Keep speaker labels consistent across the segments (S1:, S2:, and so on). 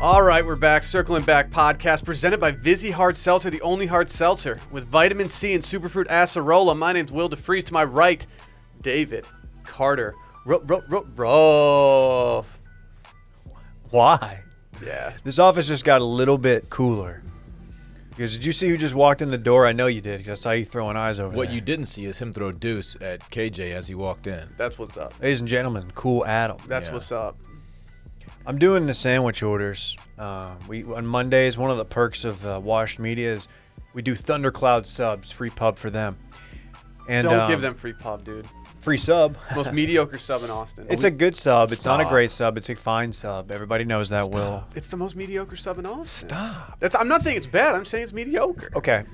S1: All right, we're back. Circling Back podcast presented by Vizzy Hard Seltzer, the only hard seltzer with vitamin C and superfruit acerola. My name's Will DeFries. To my right, David Carter. Ro- ro- ro- ro-
S2: Why?
S1: Yeah.
S2: This office just got a little bit cooler. Because did you see who just walked in the door? I know you did because I saw you throwing eyes over
S3: What
S2: there.
S3: you didn't see is him throw deuce at KJ as he walked in.
S1: That's what's up.
S2: Ladies and gentlemen, cool Adam.
S1: That's
S3: Yeah.
S1: what's up.
S2: I'm doing the sandwich orders. Uh, we on Mondays. One of the perks of uh, Washed Media is we do Thundercloud subs, free pub for them. And
S1: Don't
S2: um,
S1: give them free pub, dude.
S2: free sub.
S1: Most mediocre sub in Austin.
S2: It's a good sub. It's not a
S3: Stop.
S2: great sub. It's a fine sub. Everybody knows that. Will
S1: It's the most mediocre sub in Austin.
S2: stop.
S1: That's. I'm not saying it's bad. I'm saying it's mediocre.
S2: Okay,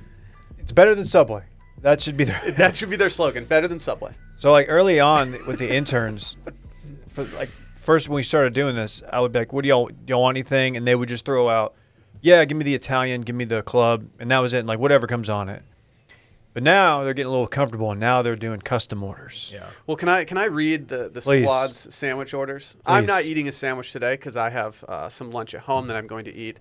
S2: it's better than Subway. That should be there.
S1: That should be their slogan. Better than Subway.
S2: So like early on with the interns, for like first when we started doing this, I would be like, "What do y'all do y'all want anything?" And they would just throw out, "Yeah, give me the Italian, give me the club," and that was it. And like whatever comes on it. But now they're getting a little comfortable, and now they're doing custom orders.
S3: Yeah.
S1: Well, can I can I read the the
S2: Please.
S1: squad's sandwich orders? I'm
S2: Please.
S1: not eating a sandwich today because I have uh, some lunch at home that I'm going to eat.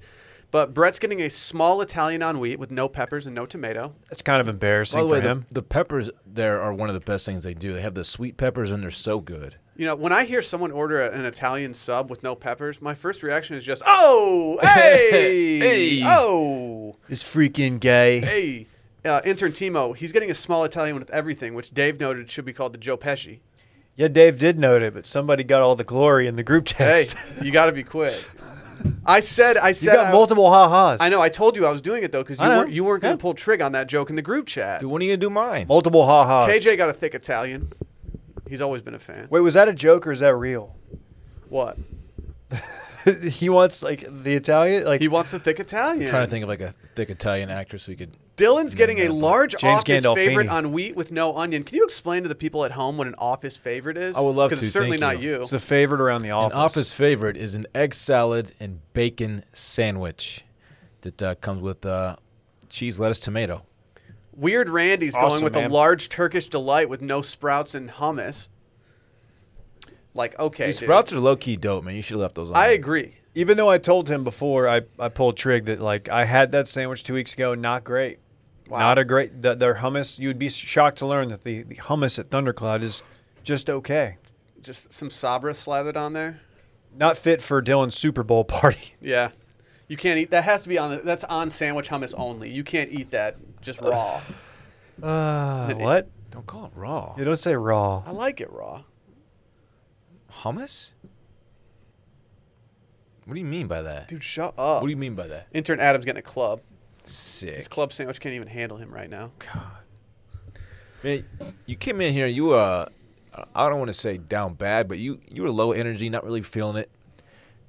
S1: But Brett's getting a small Italian on wheat with no peppers and no tomato.
S2: That's kind of embarrassing
S3: By the way,
S2: for
S3: the,
S2: him.
S3: the peppers there are one of the best things they do. They have the sweet peppers and they're so good.
S1: You know, when I hear someone order a- an Italian sub with no peppers, my first reaction is just, "Oh, hey,
S3: Hey.
S1: oh,
S2: This freaking gay.
S1: hey." Uh, intern Timo, he's getting a small Italian with everything, which Dave noted should be called the Joe Pesci.
S2: Yeah, Dave did note it, but somebody got all the glory in the group
S1: Hey,
S2: text.
S1: you got to be quick. I said, I
S2: you
S1: said,
S2: got
S1: I-
S2: multiple ha-has.
S1: I know. I told you I was doing it though because you
S2: I know.
S1: weren't, you weren't going
S2: Yeah.
S1: to pull trig on that joke in the group chat.
S3: Dude, when are you gonna do mine?
S2: multiple ha-has.
S1: KJ got a thick Italian. He's always been a fan.
S2: Wait, was that a joke or is that real?
S1: What?
S2: he wants like the Italian, like
S1: He wants a thick Italian.
S3: trying to think of like a thick Italian actress we could.
S1: Dylan's getting a
S3: Yeah,
S1: large
S2: James
S1: office
S2: Gandolfini.
S1: favorite on wheat with no onion. Can you explain to the people at home what an office favorite is?
S3: I would love
S1: Because
S3: to.
S1: it's certainly
S3: Thank
S1: not
S3: you.
S1: you.
S2: It's the favorite around the office.
S3: An office favorite is an egg salad and bacon sandwich that uh, comes with uh, cheese, lettuce, tomato.
S1: Weird Randy's going
S2: Awesome,
S1: with a
S2: man.
S1: large Turkish delight with no sprouts and hummus. Like okay,
S3: Dude,
S1: dude.
S3: sprouts are low key dope, man. You should have left those on.
S1: I
S3: there.
S1: agree.
S2: Even though I told him before, I, I pulled trig that like I had that sandwich two weeks ago. Not great.
S1: Wow.
S2: Not a great. The, their hummus. You'd be shocked to learn that the, the hummus at Thundercloud is just okay.
S1: Just some sabra slathered on there.
S2: Not fit for Dylan's Super Bowl party.
S1: Yeah. You can't eat that has to be on the, that's on sandwich hummus only. You can't eat that just raw.
S2: Uh, what?
S3: Don't call it raw.
S2: You don't say
S1: I
S2: raw.
S1: like it raw.
S3: Hummus? What do you mean by that?
S1: Dude, shut up.
S3: What do you mean by that?
S1: Intern Adam's getting a club. His
S3: Sick.
S1: club sandwich can't even handle him right now.
S3: Man, you came in here. You uh, I don't want to say down bad, but you you were low energy, not really feeling it.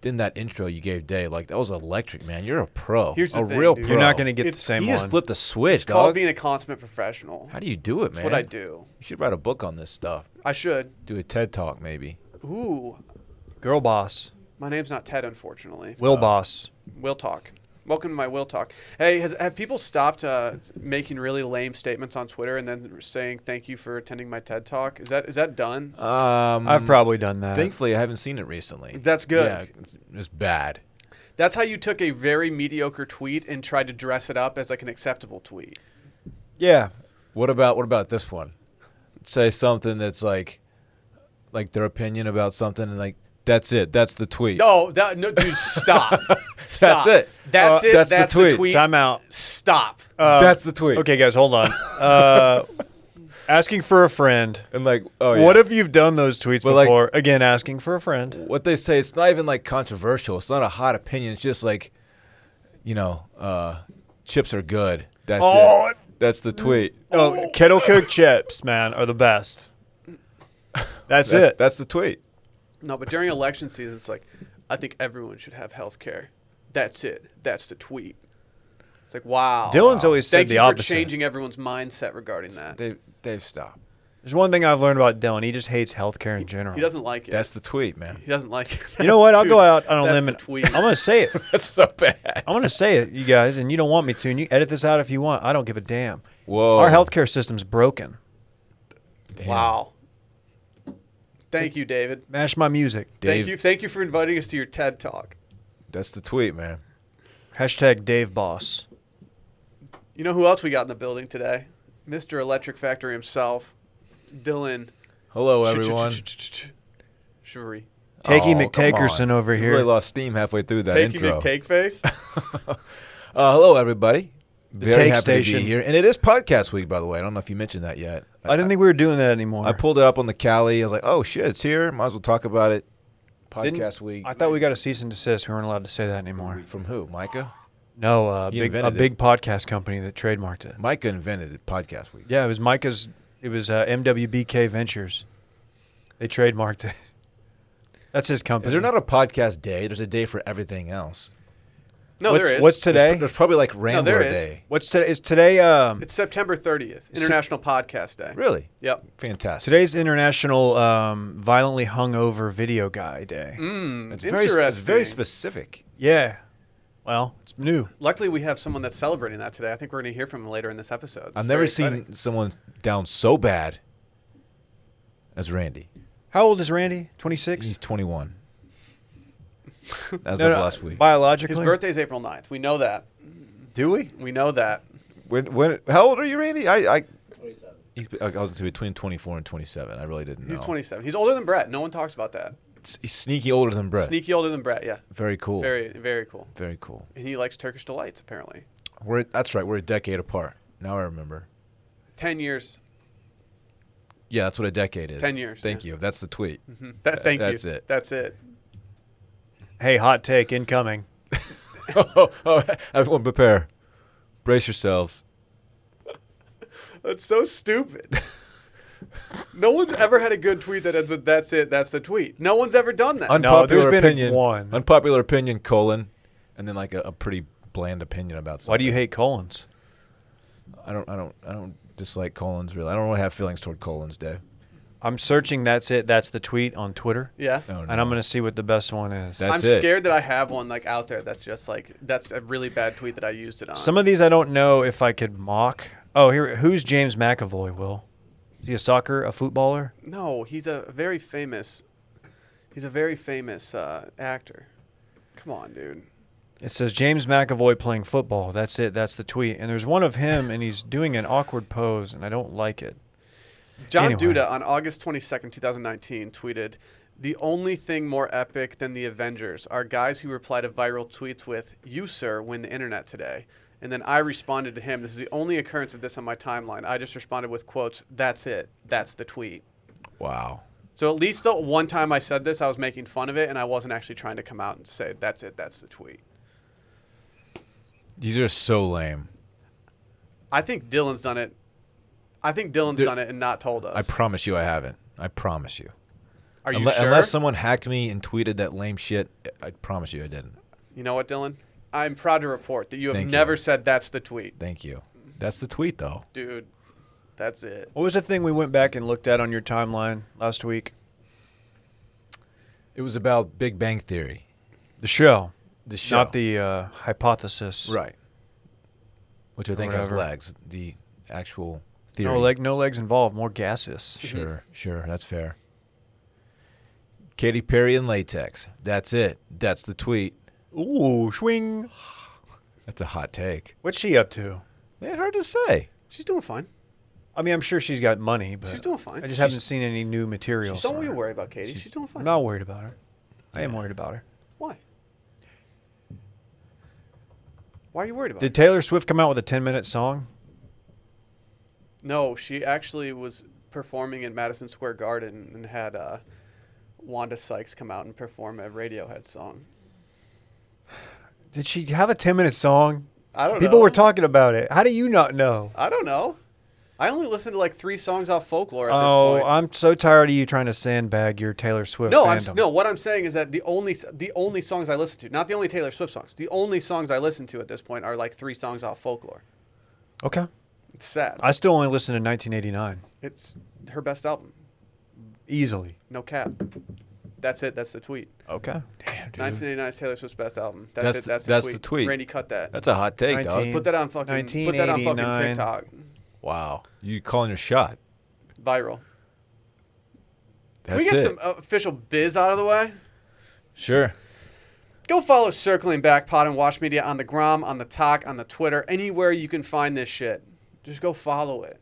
S3: Then that intro you gave Dave, like that was electric, man. You're a pro,
S1: Here's the
S3: a
S1: thing,
S3: real
S1: dude.
S3: pro.
S2: You're not gonna get the
S1: It's-
S2: same
S3: You
S2: one.
S3: just flipped a switch,
S1: Call
S3: dog.
S1: being a consummate professional.
S3: How do you do it, man?
S1: That's what I do.
S3: You should write a book on this stuff.
S1: I should.
S3: Do a TED talk, maybe.
S1: Ooh.
S2: Girl boss.
S3: Uh,
S1: My name's not Ted, unfortunately.
S2: Will boss.
S1: Will talk. Welcome to my will talk. Hey, has, have people stopped uh, making really lame statements on Twitter and then saying thank you for attending my TED talk? Is that is that done?
S3: Um,
S2: I've probably done that.
S3: thankfully I haven't seen it recently.
S1: uh, That's good.
S3: Yeah, it's, it's bad.
S1: That's how you took a very mediocre tweet and tried to dress it up as like an acceptable tweet.
S2: yeah.
S3: What about what about this one? Say something that's like, like their opinion about something, and like that's it. That's the tweet.
S1: No, that no, dude, stop. Stop.
S3: it.
S1: That's
S3: Uh,
S1: it. That's,
S3: that's the
S1: the tweet.
S3: tweet.
S2: Time out.
S1: Stop.
S2: Uh,
S3: that's the tweet.
S2: Okay, guys, hold on. Uh, asking for a friend.
S3: and like, oh yeah.
S2: What if you've done those tweets
S3: But, like-
S2: before? Again, asking for a friend.
S3: what they say? It's not even like controversial. It's not a hot opinion. It's just like, you know, uh, chips are good. That's
S2: Oh.
S3: it. That's the tweet.
S2: Oh, kettle cooked chips, man, are the best. That's,
S3: That's-
S2: it.
S3: That's the tweet.
S1: no, but during election season, it's like, I think everyone should have health care. That's it. That's the tweet. It's like, wow.
S2: Dylan's
S1: wow.
S2: always said
S1: Thank
S2: the
S1: you
S2: opposite.
S1: for changing everyone's mindset regarding
S2: Uh,
S1: that.
S3: They they've stopped.
S2: There's one thing I've learned about Dylan. He just hates healthcare in general.
S1: He doesn't like it.
S3: That's the tweet, man.
S1: he doesn't like it.
S2: you know what? I'll
S1: Dude,
S2: go out on a
S1: that's
S2: limb.
S1: the
S2: and-
S1: tweet.
S2: I'm gonna say it.
S3: That's so bad.
S2: I'm gonna say it, you guys, and you don't want me to, and you edit this out if you want. I don't give a damn.
S3: Whoa.
S2: Our healthcare system's broken.
S3: Damn.
S1: wow. Thank you, David.
S2: Mash my music.
S3: Dave,
S1: Thank you. Thank you for inviting us to your TED talk.
S3: That's the tweet, man.
S2: Hashtag Dave Boss.
S1: You know who else we got in the building today? Mr. Electric Factory himself, Dylan.
S3: Hello, everyone.
S1: Chivalry.
S2: Takey
S3: Oh, come
S2: McTakerson
S3: on.
S2: over
S3: You
S2: here.
S3: Really lost steam halfway through that
S1: Take you,
S3: intro.
S1: big take face.
S3: Uh, hello, everybody. Very
S2: Take
S3: happy to
S2: Station.
S3: be here, and it is podcast week, by the way. I don't know if you mentioned that yet.
S2: I didn't think we were doing that anymore.
S3: I pulled it up on the Cali. I was like, "Oh shit, it's here. Might as well talk about it."
S2: Didn't-
S3: Podcast week.
S2: I thought we got a cease and desist. We weren't allowed to say that anymore.
S3: from who? Micah.
S2: No, uh,
S3: You
S2: big, a
S3: invented it.
S2: big podcast company that trademarked it.
S3: Micah invented it. Podcast week.
S2: Yeah, it was Micah's. It was uh, MWBK Ventures. They trademarked it. That's his company.
S3: Is there not a podcast day? There's a day for everything else.
S1: No,
S2: what's,
S1: there is.
S2: What's
S3: There's-
S2: today?
S3: There's, probably like Rambler
S1: there is.
S3: Day.
S2: what's today? Is today? Um,
S1: It's September 30th, International Podcast Day.
S3: Really
S1: Yep.
S3: fantastic.
S2: today's International um, Violently Hungover Video Guy Day.
S1: Mm,
S3: it's very,
S1: interesting.
S3: it's very specific.
S2: Yeah. Well, it's new.
S1: Luckily, we have someone that's celebrating that today. I think we're going to hear from him later in this episode.
S3: I've
S1: It's
S3: never
S1: very
S3: seen
S1: exciting.
S3: someone down so bad as Randy.
S2: How old is Randy? Twenty six.
S3: He's 21. As
S2: No,
S3: of
S2: no,
S3: last week.
S2: Biologically,
S1: His birthday's April 9th. We know that.
S2: Do we?
S1: We know that.
S3: When, when, how old are you, Randy? I, I, he's, I was say between 24 and 27. I really didn't know.
S1: He's 27. He's older than Brett. No one talks about that.
S3: S- He's sneaky older than Brett.
S1: Sneaky older than Brett, yeah.
S3: Very cool. Very,
S1: Very, very cool.
S3: cool.
S1: And he likes Turkish Delights, apparently.
S3: We're that's right. We're a decade apart. Now I remember.
S1: 10 years.
S3: Yeah, that's what a decade is.
S1: 10 years, Mm-hmm.
S3: Thank
S1: yeah.
S3: you. That's the tweet.
S1: That, thank
S3: that's
S1: you.
S3: it.
S1: That's it.
S2: Hey, hot take incoming.
S3: oh, oh, everyone prepare. Brace yourselves.
S1: That's so stupid. no one's ever had a good tweet that ends with "That's it, that's the tweet." No one's ever done that.
S2: No,
S3: Unpopular
S2: there's been
S3: opinion.
S2: one.
S3: Unpopular opinion colon, and then like a, a pretty bland opinion about something.
S2: Why do you hate Collins?
S3: I don't. I don't. I don't dislike colons really. I don't really have feelings toward colons, Dave.
S2: I'm searching. That's it. That's the tweet on Twitter,
S1: yeah.
S3: No, no.
S2: and I'm gonna see what the best one is.
S3: That-
S1: I'm
S3: that's it.
S1: scared that I have one like out there that's just like that's a really bad tweet that I used it on.
S2: Some of these I don't know if I could mock. Oh, here, who's James McAvoy? Will is he a soccer, a footballer?
S1: no, he's a very famous. He's a very famous uh, actor. Come on, dude.
S2: It says James McAvoy playing football. That's it. That's the tweet. And there's one of him, and he's doing an awkward pose, and I don't like it.
S1: John
S2: Anyway.
S1: Duda on August 22nd, 2019, tweeted, The only thing more epic than the Avengers are guys who reply to viral tweets with, You, sir, win the internet today. And then I responded to him. This is the only occurrence of this on my timeline. I just responded with quotes, That's it. That's the tweet.
S3: Wow.
S1: So at least the one time I said this, I was making fun of it and I wasn't actually trying to come out and say, That's it. That's the tweet.
S3: These are so lame.
S1: I think Dylan's done it. I think Dylan's
S3: Dude,
S1: done it and not told us.
S3: I promise you, I haven't. I promise you.
S1: Are you
S3: Unle-
S1: sure?
S3: Unless someone hacked me and tweeted that lame shit, I- I promise you, I didn't.
S1: you know what, Dylan? I'm proud to report that you have
S3: Thank you.
S1: never said that's the tweet.
S3: Thank you. That's the tweet, though.
S1: dude. That's it.
S2: What was the thing we went back and looked at on your timeline last week?
S3: It was about Big Bang Theory.
S2: The show,
S3: The
S2: not the uh, hypothesis.
S3: right, which I think has
S2: whatever.
S3: legs. The actual theory.
S2: No leg, no legs involved. More gaseous.
S3: Sure, sure, that's fair. Katy Perry and latex. That's it. That's the tweet.
S2: Ooh, swing.
S3: That's a hot take.
S2: What's she up to?
S3: Man, hard to say.
S1: She's doing fine.
S2: I mean, I'm sure she's got money, but
S1: She's doing fine.
S2: I just
S1: She's-
S2: haven't seen any new material.
S1: Don't
S2: from
S1: you
S2: her.
S1: worry about Katie. She's doing fine.
S2: I'm not worried about her. I am worried about her.
S1: Why? Why are you worried about?
S2: Did Taylor Swift come out with a 10 minute song?
S1: it? No, she actually was performing in Madison Square Garden and had uh, Wanda Sykes come out and perform a Radiohead song.
S2: Did she have a 10 minute song?
S1: I don't know.
S2: People were talking about it. How do you not know?
S1: I don't know. I only listened to like three songs off folklore at this
S2: Oh,
S1: point.
S2: I'm so tired of you trying to sandbag your Taylor Swift
S1: no, I'm
S2: fandom.
S1: no. What I'm saying is that the only the only songs I listen to, not the only Taylor Swift songs, the only songs I listen to at this point are like three songs off folklore.
S2: Okay.
S1: It's sad.
S2: I still only listen to 1989.
S1: It's her best album.
S2: Easily.
S1: No cap. That's it. That's the tweet.
S2: Okay.
S3: Damn, dude.
S1: 1989 is Taylor Swift's best album. That's,
S3: That's
S1: it.
S3: the-
S1: That's,
S3: that's
S1: the, tweet.
S3: the tweet.
S1: Randy cut that.
S3: That's a hot take, dog.
S2: 19.
S1: put that on fucking. Put that on fucking
S2: 1989.
S1: TikTok.
S3: Wow. You calling your shot.
S1: Viral. Can
S3: That's
S1: we get
S3: it.
S1: some official biz out of the way?
S3: Sure.
S1: Go follow Circling Back Pod and Watch Media on the Grom, on the Talk, on the Twitter, anywhere you can find this shit. Just go follow it.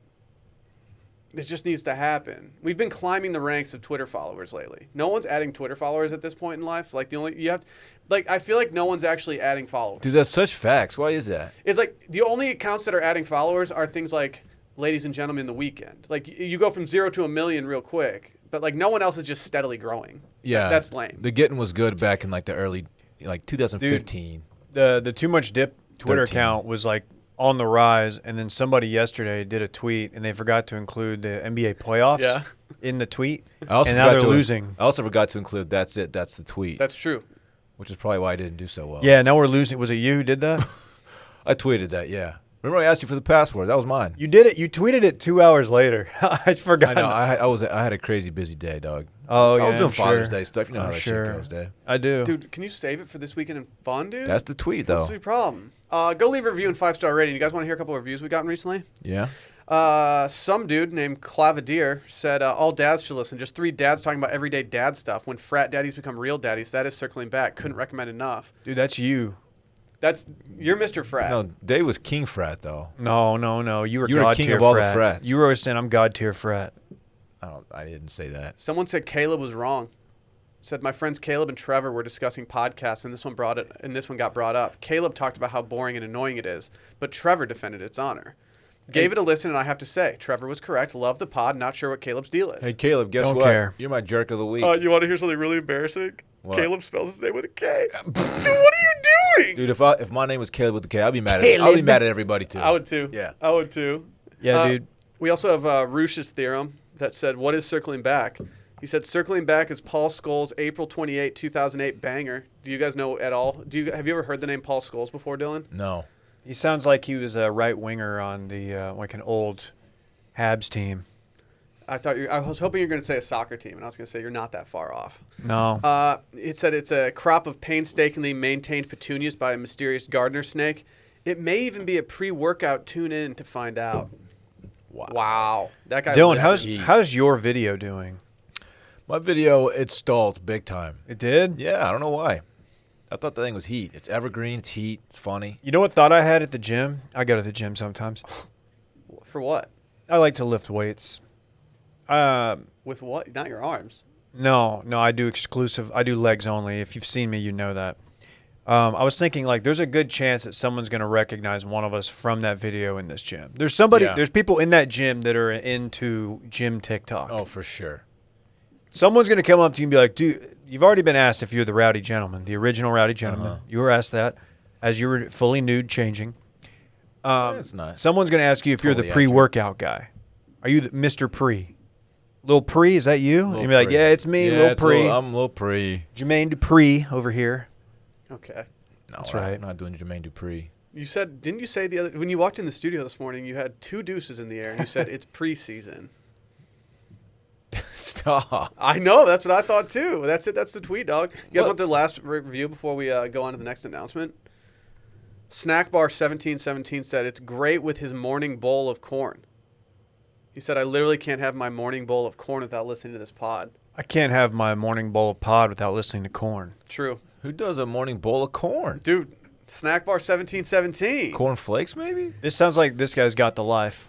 S1: It just needs to happen. We've been climbing the ranks of Twitter followers lately. No one's adding Twitter followers at this point in life. Like the only you have, like I feel like no one's actually adding followers.
S3: Dude, that's such facts. Why is that?
S1: It's like the only accounts that are adding followers are things like ladies and gentlemen the weekend. Like y- you go from zero to a million real quick, but like no one else is just steadily growing.
S3: Yeah,
S1: that's lame.
S3: The getting was good back in like the early, like 2015.
S2: the the too much dip Twitter
S3: 13.
S2: account was like on the rise, and then somebody yesterday did a tweet, and they forgot to include the NBA playoffs
S1: Yeah.
S2: in the tweet,
S3: I also
S2: and now
S3: forgot
S2: they're
S3: to
S2: losing.
S3: I also forgot to include that's it. That's the tweet,
S1: That's true.
S3: which is probably why I didn't do so well.
S2: Yeah, now we're losing. Was it you who did that?
S3: I tweeted that. Yeah, remember I asked you for the password. That was mine.
S2: you did it. You tweeted it two hours later. I forgot.
S3: I know. I, had- I was. I had a crazy busy day, dog.
S2: Oh,
S3: I
S2: yeah,
S3: was doing
S2: I'm
S3: Father's
S2: sure.
S3: Day stuff. You know how
S2: I'm
S3: that
S2: sure.
S3: shit goes, Dave.
S2: I do.
S1: Dude, can you save it for this weekend in fun, dude?
S3: That's the tweet,
S1: That's
S3: though.
S1: the problem. Uh, go leave a review and five star rating. You guys want to hear a couple of reviews we've gotten recently?
S3: Yeah.
S1: Uh, some dude named Clavadier said uh, all dads should listen. Just three dads talking about everyday dad stuff. When frat daddies become real daddies, that is circling back. Couldn't recommend enough.
S2: Dude, that's you.
S1: That's you're Mr. Frat.
S3: No, Dave was king frat though.
S2: No, no, no. You were
S3: You were
S2: God
S3: king
S2: tier
S3: of all the
S2: frat.
S3: frats.
S2: You were always saying I'm God tier frat.
S3: I don't. I didn't say that.
S1: Someone said Caleb was wrong. Said my friends Caleb and Trevor were discussing podcasts, and this one brought it, and this one got brought up. Caleb talked about how boring and annoying it is, but Trevor defended its honor. Gave it a listen, and I have to say, Trevor was correct. Love the pod. Not sure what Caleb's deal is.
S3: Hey, Caleb, guess
S2: Don't
S3: what?
S2: care. Oh,
S3: You're my jerk of the week,
S1: Uh, you want to hear something really embarrassing?
S3: What?
S1: Caleb spells his name with a K. Dude, what are you doing?
S3: dude. If I if my name was Caleb with the K, I'd be mad. At, I'd be mad at everybody too.
S1: I would too.
S3: Yeah.
S1: I would too.
S2: Yeah,
S1: Uh,
S2: dude.
S1: We also have uh, Ruch's theorem that said, "What is circling back?" He said, "Circling back is Paul Scholes' April 28, 2008 banger." Do you guys know at all? Do you have you ever heard the name Paul Scholes before, Dylan?
S3: No.
S2: He sounds like he was a right winger on the uh, like an old Habs team.
S1: I thought you. I was hoping you're going to say a soccer team, and I was going to say you're not that far off.
S2: No.
S1: Uh, it said it's a crop of painstakingly maintained petunias by a mysterious gardener snake. It may even be a pre-workout tune-in to find out.
S3: Wow.
S1: Wow, that guy.
S2: Dylan,
S1: lives
S2: how's
S1: deep.
S2: how's your video doing?
S3: My video it stalled big time.
S2: It did.
S3: Yeah, I don't know why. I thought the thing was heat. It's evergreen. It's heat. It's funny.
S2: You know what thought I had at the gym? I go to the gym sometimes.
S1: for what?
S2: I like to lift weights. Um,
S1: With what? Not your arms.
S2: no, no, I do exclusive. I do legs only. If you've seen me, you know that. Um, I was thinking like, there's a good chance that someone's going to recognize one of us from that video in this gym. There's somebody.
S3: Yeah.
S2: There's people in that gym that are into gym TikTok.
S3: Oh, for sure.
S2: Someone's going to come up to you and be like, dude, you've already been asked if you're the rowdy gentleman, the original rowdy gentleman.
S3: Uh-huh.
S2: You were asked that as you were fully nude changing. Um,
S3: That's nice.
S2: Someone's going to ask you if you're
S3: Fully
S2: the
S3: accurate.
S2: pre workout guy. Are you the, Mr. Pre? Lil Pre, is that you? and
S3: Lil
S2: you'll be like,
S3: Pre.
S2: yeah, it's me,
S3: Yeah,
S2: Lil
S3: it's
S2: Pre.
S3: Lil- I'm Lil Pre.
S2: Jermaine Dupree over here.
S1: Okay.
S3: No,
S2: That's
S3: I'm
S2: right.
S3: not doing Jermaine Dupree.
S1: You said, didn't you say the other when you walked in the studio this morning? You had two deuces in the air, and you said it's preseason.
S3: Stop.
S1: I know that's what I thought too. That's it. That's the tweet, dog. You guys
S3: What?
S1: want the last re- review before we uh, go on to the next announcement? Snack Bar seventeen seventeen said it's great with his morning bowl of corn. He said, "I literally can't have my morning bowl of corn without listening to this pod."
S2: I can't have my morning bowl of pod without listening to corn.
S1: True,
S3: Who does a morning bowl of corn?
S1: dude. Snack Bar seventeen seventeen.
S3: Corn flakes, maybe?
S2: This sounds like this guy's got the life.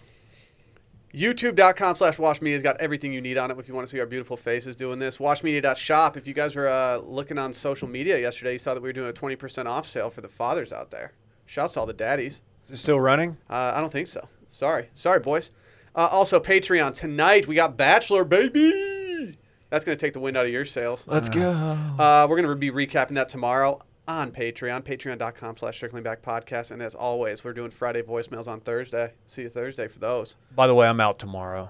S1: YouTube.com slash Wash Media's got everything you need on it if you want to see our beautiful faces doing this. WashMedia.shop. If you guys were uh, looking on social media yesterday, you saw that we were doing a 20% off sale for the fathers out there. Shouts to all the daddies.
S2: Is it still running?
S1: Uh, I don't think so. Sorry. Sorry, boys. Uh, also, Patreon. Tonight, we got Bachelor, baby. That's going to take the wind out of your sails.
S3: Let's go.
S1: Uh, we're going to be recapping that tomorrow on Patreon, patreon.com slash circling back podcast. And as always, we're doing Friday voicemails on Thursday. See you Thursday for those.
S2: By the way, I'm out tomorrow.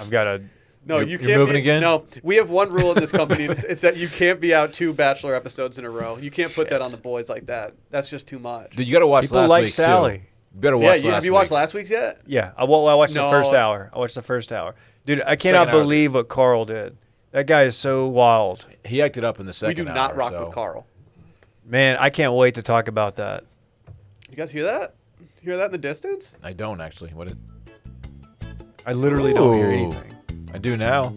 S2: I've got a.
S1: No,
S3: You're-
S1: you
S3: you're
S1: can't.
S3: moving
S1: be,
S3: again?
S1: No, we have one rule in this company. it's, it's that you can't be out two Bachelor episodes in a row. You can't put that
S2: Shit.
S1: on the boys like that. That's just too much.
S3: Dude, you got to watch
S2: People
S3: last
S2: like
S3: week's,
S2: Sally.
S3: Too. You better watch
S1: yeah,
S3: last
S1: you, have you watched
S3: week's.
S1: last week's yet?
S2: Yeah, I, well, I watched
S1: No.
S2: the first hour. I watched the first hour, dude. I cannot
S3: Second hour.
S2: believe what Carl did. That guy is so wild,
S3: He acted up in the second
S1: we do not
S3: hour,
S1: rock
S3: so.
S1: with Carl.
S2: man. I can't wait to talk about that.
S1: You guys hear that? Hear that in the distance?
S3: I don't, actually. What? It,
S2: I literally don't hear
S3: Ooh.
S2: anything.
S3: I do now.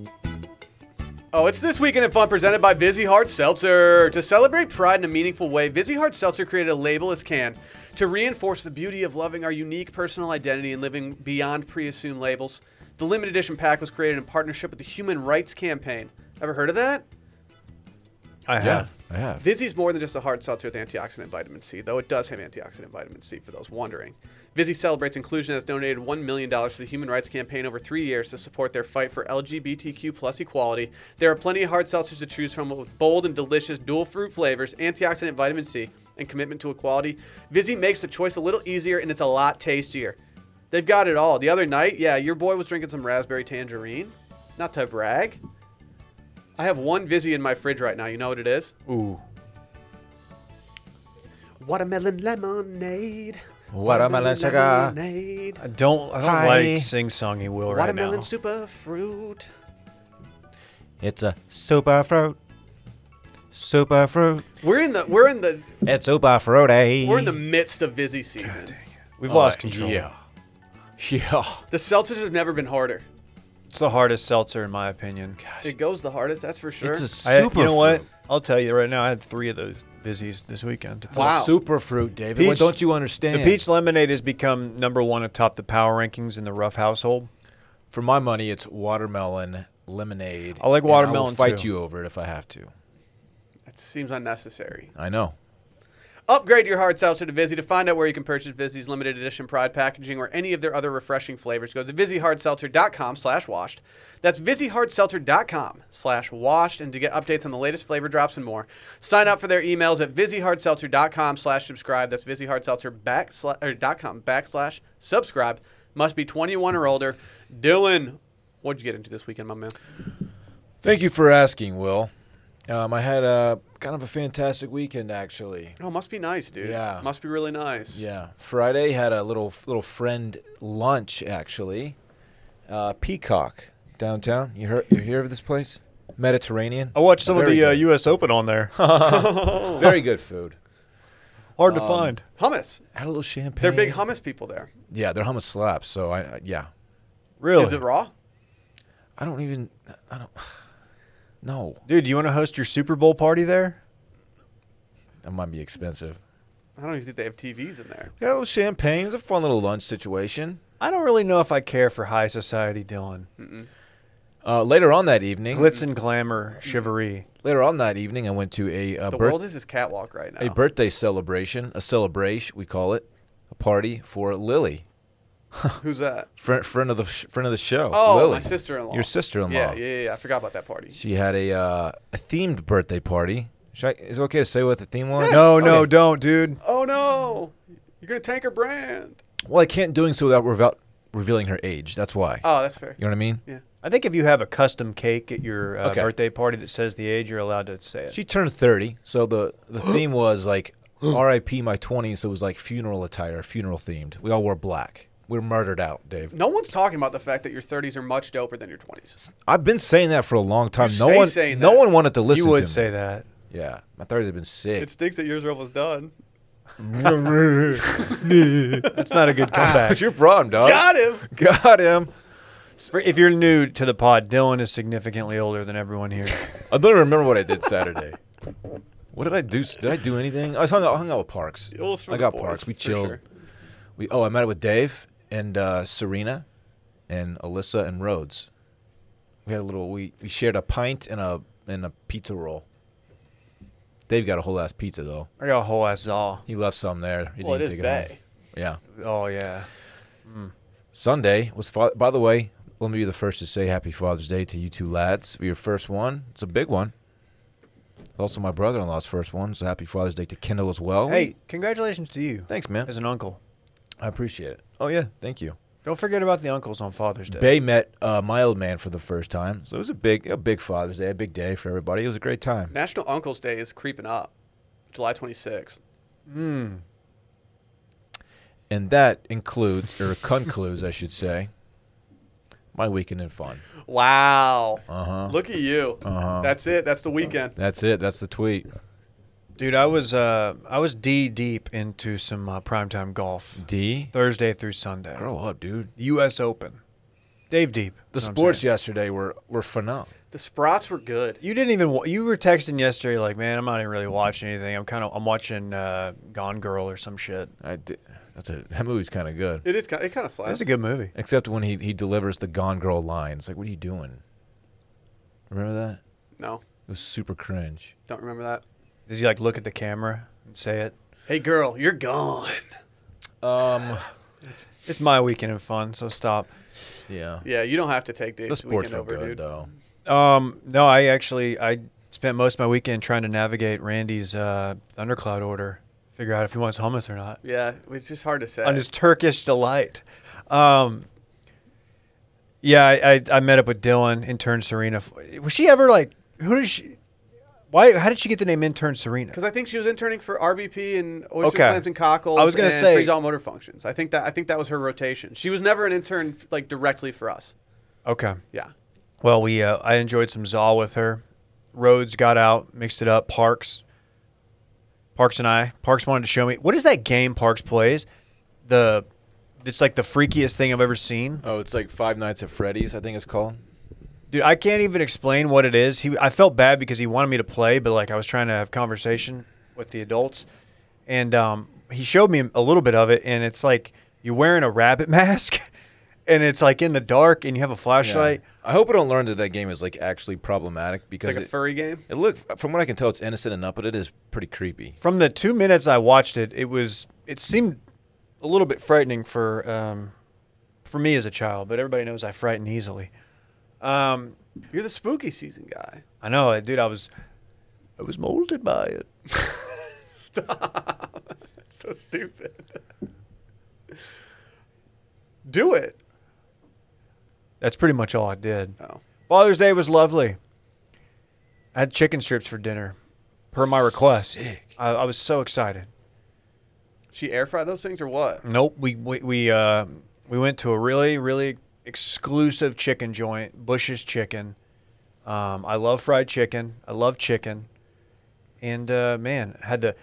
S1: Oh, it's this weekend in fun presented by Vizzy Hard Seltzer. To celebrate pride in a meaningful way, Vizzy Hard Seltzer created a labelless can to reinforce the beauty of loving our unique personal identity and living beyond pre-assumed labels. The limited edition pack was created in partnership with the Human Rights Campaign. Ever heard of that?
S2: I have.
S3: I have.
S1: Vizzy's more than just a hard seltzer with antioxidant vitamin C, though it does have antioxidant vitamin C for those wondering. Vizzy celebrates inclusion and has donated $1 million to the Human Rights Campaign over three years to support their fight for LGBTQ plus equality. There are plenty of hard seltzers to choose from with bold and delicious dual fruit flavors, antioxidant vitamin C, and commitment to equality. Vizzy makes the choice a little easier and it's a lot tastier. They've got it all. The other night, yeah, your boy was drinking some raspberry tangerine. Not to brag. I have one Vizzy in my fridge right now. You know what it is?
S2: Ooh.
S1: Watermelon lemonade.
S3: Watermelon sugar.
S1: lemonade.
S2: I don't. I don't
S3: Hi.
S2: like sing-songy Will right
S1: Watermelon
S2: now.
S1: super fruit.
S3: It's a super fruit. Super fruit.
S1: We're in the we're in the
S3: It's super fruit.
S1: we're in the midst of busy season.
S2: We've lost control.
S3: Uh, Yeah. Yeah.
S1: The Celtics have never been harder.
S2: It's the hardest seltzer in my opinion.
S1: It goes the hardest, that's for sure.
S3: It's a
S2: I,
S3: super
S2: you know what?
S3: fruit.
S2: I'll tell you right now. I had three of those Vizzies this weekend. It's
S3: It's
S1: Wow.
S3: a super fruit, David.
S2: Peach-
S3: what don't you understand?
S2: The peach lemonade has become number one atop the power rankings in the Rough household.
S3: For my money, it's watermelon lemonade.
S2: I like
S3: and I
S2: watermelon,
S3: will fight
S2: too.
S3: you over it if I have to.
S1: that seems unnecessary.
S3: I know.
S1: Upgrade your hard seltzer to Vizzy to find out where you can purchase Vizzy's limited edition Pride packaging or any of their other refreshing flavors. Go to VizzyHardSeltzer.com slash washed. That's VizzyHardSeltzer.com slash washed and to get updates on the latest flavor drops and more. Sign up for their emails at VizzyHardSeltzer.com slash subscribe. That's VizzyHardSeltzer backsla- or dot com backslash subscribe. Must be 21 or older. Dylan, what'd you get into this weekend, my man?
S3: Thank you for asking, Will. Um, I had a kind of a fantastic weekend, actually.
S1: Oh, must be nice, dude.
S3: Yeah.
S1: Must be really nice.
S3: Yeah, Friday had a little little friend lunch actually. Uh, Peacock downtown. You heard you hear of this place? Mediterranean.
S2: I watched some
S3: Oh, Very
S2: of the uh,
S3: good.
S2: U.S. Open on there. Hard
S3: very good food.
S2: to find.
S1: Hummus.
S3: Had a little champagne.
S1: They're big hummus people there.
S3: Yeah, they're hummus slaps. So I, I yeah,
S2: Really,
S1: Is it raw?
S3: I don't even I don't. No,
S2: dude. You want to host your Super Bowl party there?
S3: that might be expensive.
S1: I don't even think they have TVs in there.
S3: Yeah, a little champagne. It's a fun little lunch situation.
S2: I don't really know if I care for high society, Dylan.
S3: Uh, later on that evening,
S2: Glitz and glamour, chivalry.
S3: later on that evening, I went to a uh,
S1: The
S3: birth-
S1: world is his catwalk right now.
S3: a birthday celebration, a celebration we call it, a party for Lily,
S1: Who's that?
S3: friend friend of the sh- friend of the show.
S1: Oh,
S3: Lily.
S1: my sister-in-law.
S3: Your sister-in-law.
S1: Yeah, yeah, yeah. I forgot about that party.
S3: She had a uh, a themed birthday party. Should I, is it okay to say what the theme was?
S2: No, no,
S3: Okay.
S2: don't, dude.
S1: Oh no, you're gonna tank her brand.
S3: Well, I can't doing so without revel- revealing her age. That's why.
S1: Oh, that's fair.
S3: you know what I mean?
S1: Yeah.
S2: I think if you have a custom cake at your uh,
S3: Okay.
S2: birthday party that says the age, you're allowed to say it.
S3: She turned 30, so the the theme was like R.I.P. my 20s. So it was like funeral attire, funeral themed. We all wore black. We were murdered out, Dave.
S1: No one's talking about the fact that your 30s are much doper than your 20s.
S3: I've been saying that for a long time.
S1: You
S3: no
S1: stay
S3: one,
S1: saying
S3: no
S1: that.
S3: one wanted to listen.
S2: you would
S3: to
S2: say
S3: me.
S2: that.
S3: Yeah, my 30s have been sick.
S1: It stinks that yours are almost done.
S2: That's not a good comeback.
S3: That's your problem, dog.
S1: Got him.
S3: Got him.
S2: For- If you're new to the pod, Dylan is significantly older than everyone here.
S3: I don't even remember what I did Saturday. what did I do? Did I do anything? I was hung out, hung out with Parks.
S1: It was for
S3: I
S1: the
S3: got
S1: boys,
S3: Parks. We
S1: for
S3: chilled.
S1: sure.
S3: We oh, I met up with Dave and uh, Serena and Alyssa and Rhodes. We had a little. We, we shared a pint and a and a pizza roll. Dave got a whole ass pizza though.
S2: I got a whole ass all.
S3: He left some there. He
S1: Well, it
S3: didn't
S1: is
S3: take it home.
S1: Bay.
S3: Yeah.
S2: Oh yeah.
S3: Sunday was. Fa- by the way, let me be the first to say Happy Father's Day to you two lads. Be your first one. It's a big one. Also, my brother-in-law's first one. So Happy Father's Day to Kendall as well.
S2: Hey, congratulations to you
S3: thanks, man.
S2: as an uncle.
S3: I appreciate it. Oh yeah, thank you.
S2: Don't forget about the uncles on Father's Day.
S3: Bay met uh, my old man for the first time, so it was a big, a big Father's Day, a big day for everybody. It was a great time.
S1: National Uncle's Day is creeping up. July 26th.
S2: Hmm.
S3: And that includes or concludes, I should say, my weekend in fun.
S1: Wow.
S3: Uh-huh.
S1: Look at you.
S3: Uh-huh.
S1: That's it. That's the weekend.
S3: That's it. That's the tweet.
S2: Dude, I was uh, I was d deep into some uh, primetime golf
S3: D.
S2: Thursday through Sunday.
S3: Grow up, dude.
S2: U.S. Open. Dave deep.
S3: The
S2: is what I'm
S3: sports
S2: saying.
S3: yesterday were were phenomenal.
S1: The Sprots were good.
S2: You didn't even. wa- You were texting yesterday, like, man, I'm not even really watching anything. I'm kind of. I'm watching uh, Gone Girl or some shit.
S3: I did, that's a that movie's kind of good.
S1: It is kind. It kind of
S2: That's
S1: slaps.
S2: a good movie.
S3: Except when he he delivers the Gone Girl line. It's like, what are you doing? Remember that?
S1: no,
S3: It was super cringe.
S1: don't remember that.
S2: Does he like look at the camera and say it?
S1: Hey girl, you're gone.
S3: Um,
S2: It's my weekend of fun, so stop.
S3: yeah.
S1: Yeah, you don't have to take Dave's
S3: The sports
S1: weekend
S3: were
S1: over, dude.
S3: good though.
S2: Um, no, I actually I spent most of my weekend trying to navigate Randy's uh, thundercloud order, figure out if he wants hummus or not
S1: Yeah, it's just hard to say.
S2: on his Turkish delight. Um, yeah, I, I I met up with Dylan, intern Serena. Was she ever like who did she? Why? How did she get the name intern Serena?
S1: Because I think she was interning for RBP and Oyster
S2: Okay.
S1: Clams and Cockles.
S2: I was gonna
S1: and
S2: say-
S1: freeze all motor functions. I think that I think that was her rotation. She was never an intern like directly for us.
S2: Okay.
S1: Yeah,
S2: Well, we uh, I enjoyed some Zal with her. Rhodes got out, mixed it up. Parks, Parks and I. Parks wanted to show me what is that game Parks plays. The it's like the freakiest thing I've ever seen,
S3: Oh, it's like Five Nights at Freddy's. I think it's called.
S2: dude. I can't even explain what it is. He I felt bad because he wanted me to play, but like I was trying to have conversation with the adults, and um, he showed me a little bit of it, and it's like you're wearing a rabbit mask, and it's like in the dark, and you have a flashlight.
S3: I hope I don't learn that that game is like actually problematic
S1: it's
S3: because
S1: like a furry game.
S3: it, it look from what I can tell, it's innocent enough, but it is pretty creepy.
S2: from the two minutes I watched it, it was it seemed a little bit frightening for um, for me as a child, but everybody knows I frighten easily. Um,
S1: You're the spooky season guy.
S2: I know, dude. I was I was molded by it.
S1: Stop. That's so stupid. Do it.
S2: That's pretty much all I did.
S1: Oh,
S2: Father's Day was lovely. I had chicken strips for dinner, per my request.
S3: Sick.
S2: I, I was so excited.
S1: she air fried those things or what?
S2: Nope. We we we uh, we went to a really really exclusive chicken joint, Bush's Chicken. Um, I love fried chicken. I love chicken, and uh, man, had the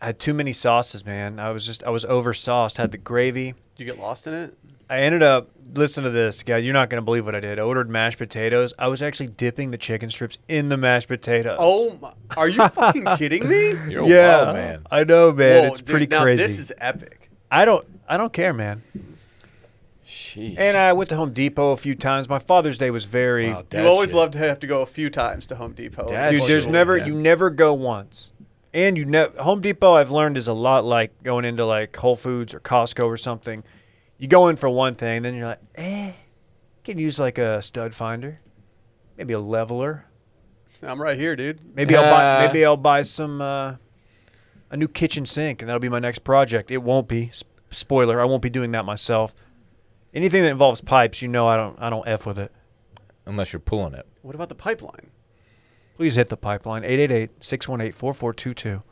S2: I had too many sauces, man. I was just I was over sauced. Had the gravy.
S1: Did you get lost in it?
S2: I ended up listen to this, guys. You're not gonna believe what I did. I ordered mashed potatoes. I was actually dipping the chicken strips in the mashed potatoes.
S1: Oh my! Are you fucking kidding me?
S3: You're
S2: yeah,
S3: a wild Oh, man.
S2: I know, man.
S1: Whoa,
S2: it's
S1: dude,
S2: pretty
S1: now
S2: crazy.
S1: This is epic.
S2: I don't I don't care, man.
S3: Sheesh.
S2: And I went to Home Depot a few times. My Father's Day was very.
S3: Wow,
S1: You
S3: Dad
S1: always
S3: shit.
S1: love to have to go a few times to Home Depot.
S3: Dad
S2: dude,
S3: shit.
S2: there's never
S3: Yeah.
S2: you never go once, and you never Home Depot. I've learned is a lot like going into like Whole Foods or Costco or something. You go in for one thing, then you're like, eh, can use like a stud finder, maybe a leveler.
S1: I'm right here, dude.
S2: Maybe I'll buy
S3: Uh,
S2: maybe I'll buy some uh, a new kitchen sink, and that'll be my next project. It won't be S- spoiler. I won't be doing that myself. Anything that involves pipes, you know, I don't I don't f with it.
S3: Unless you're pulling it.
S1: What about the pipeline?
S2: please hit the pipeline 888-618-4422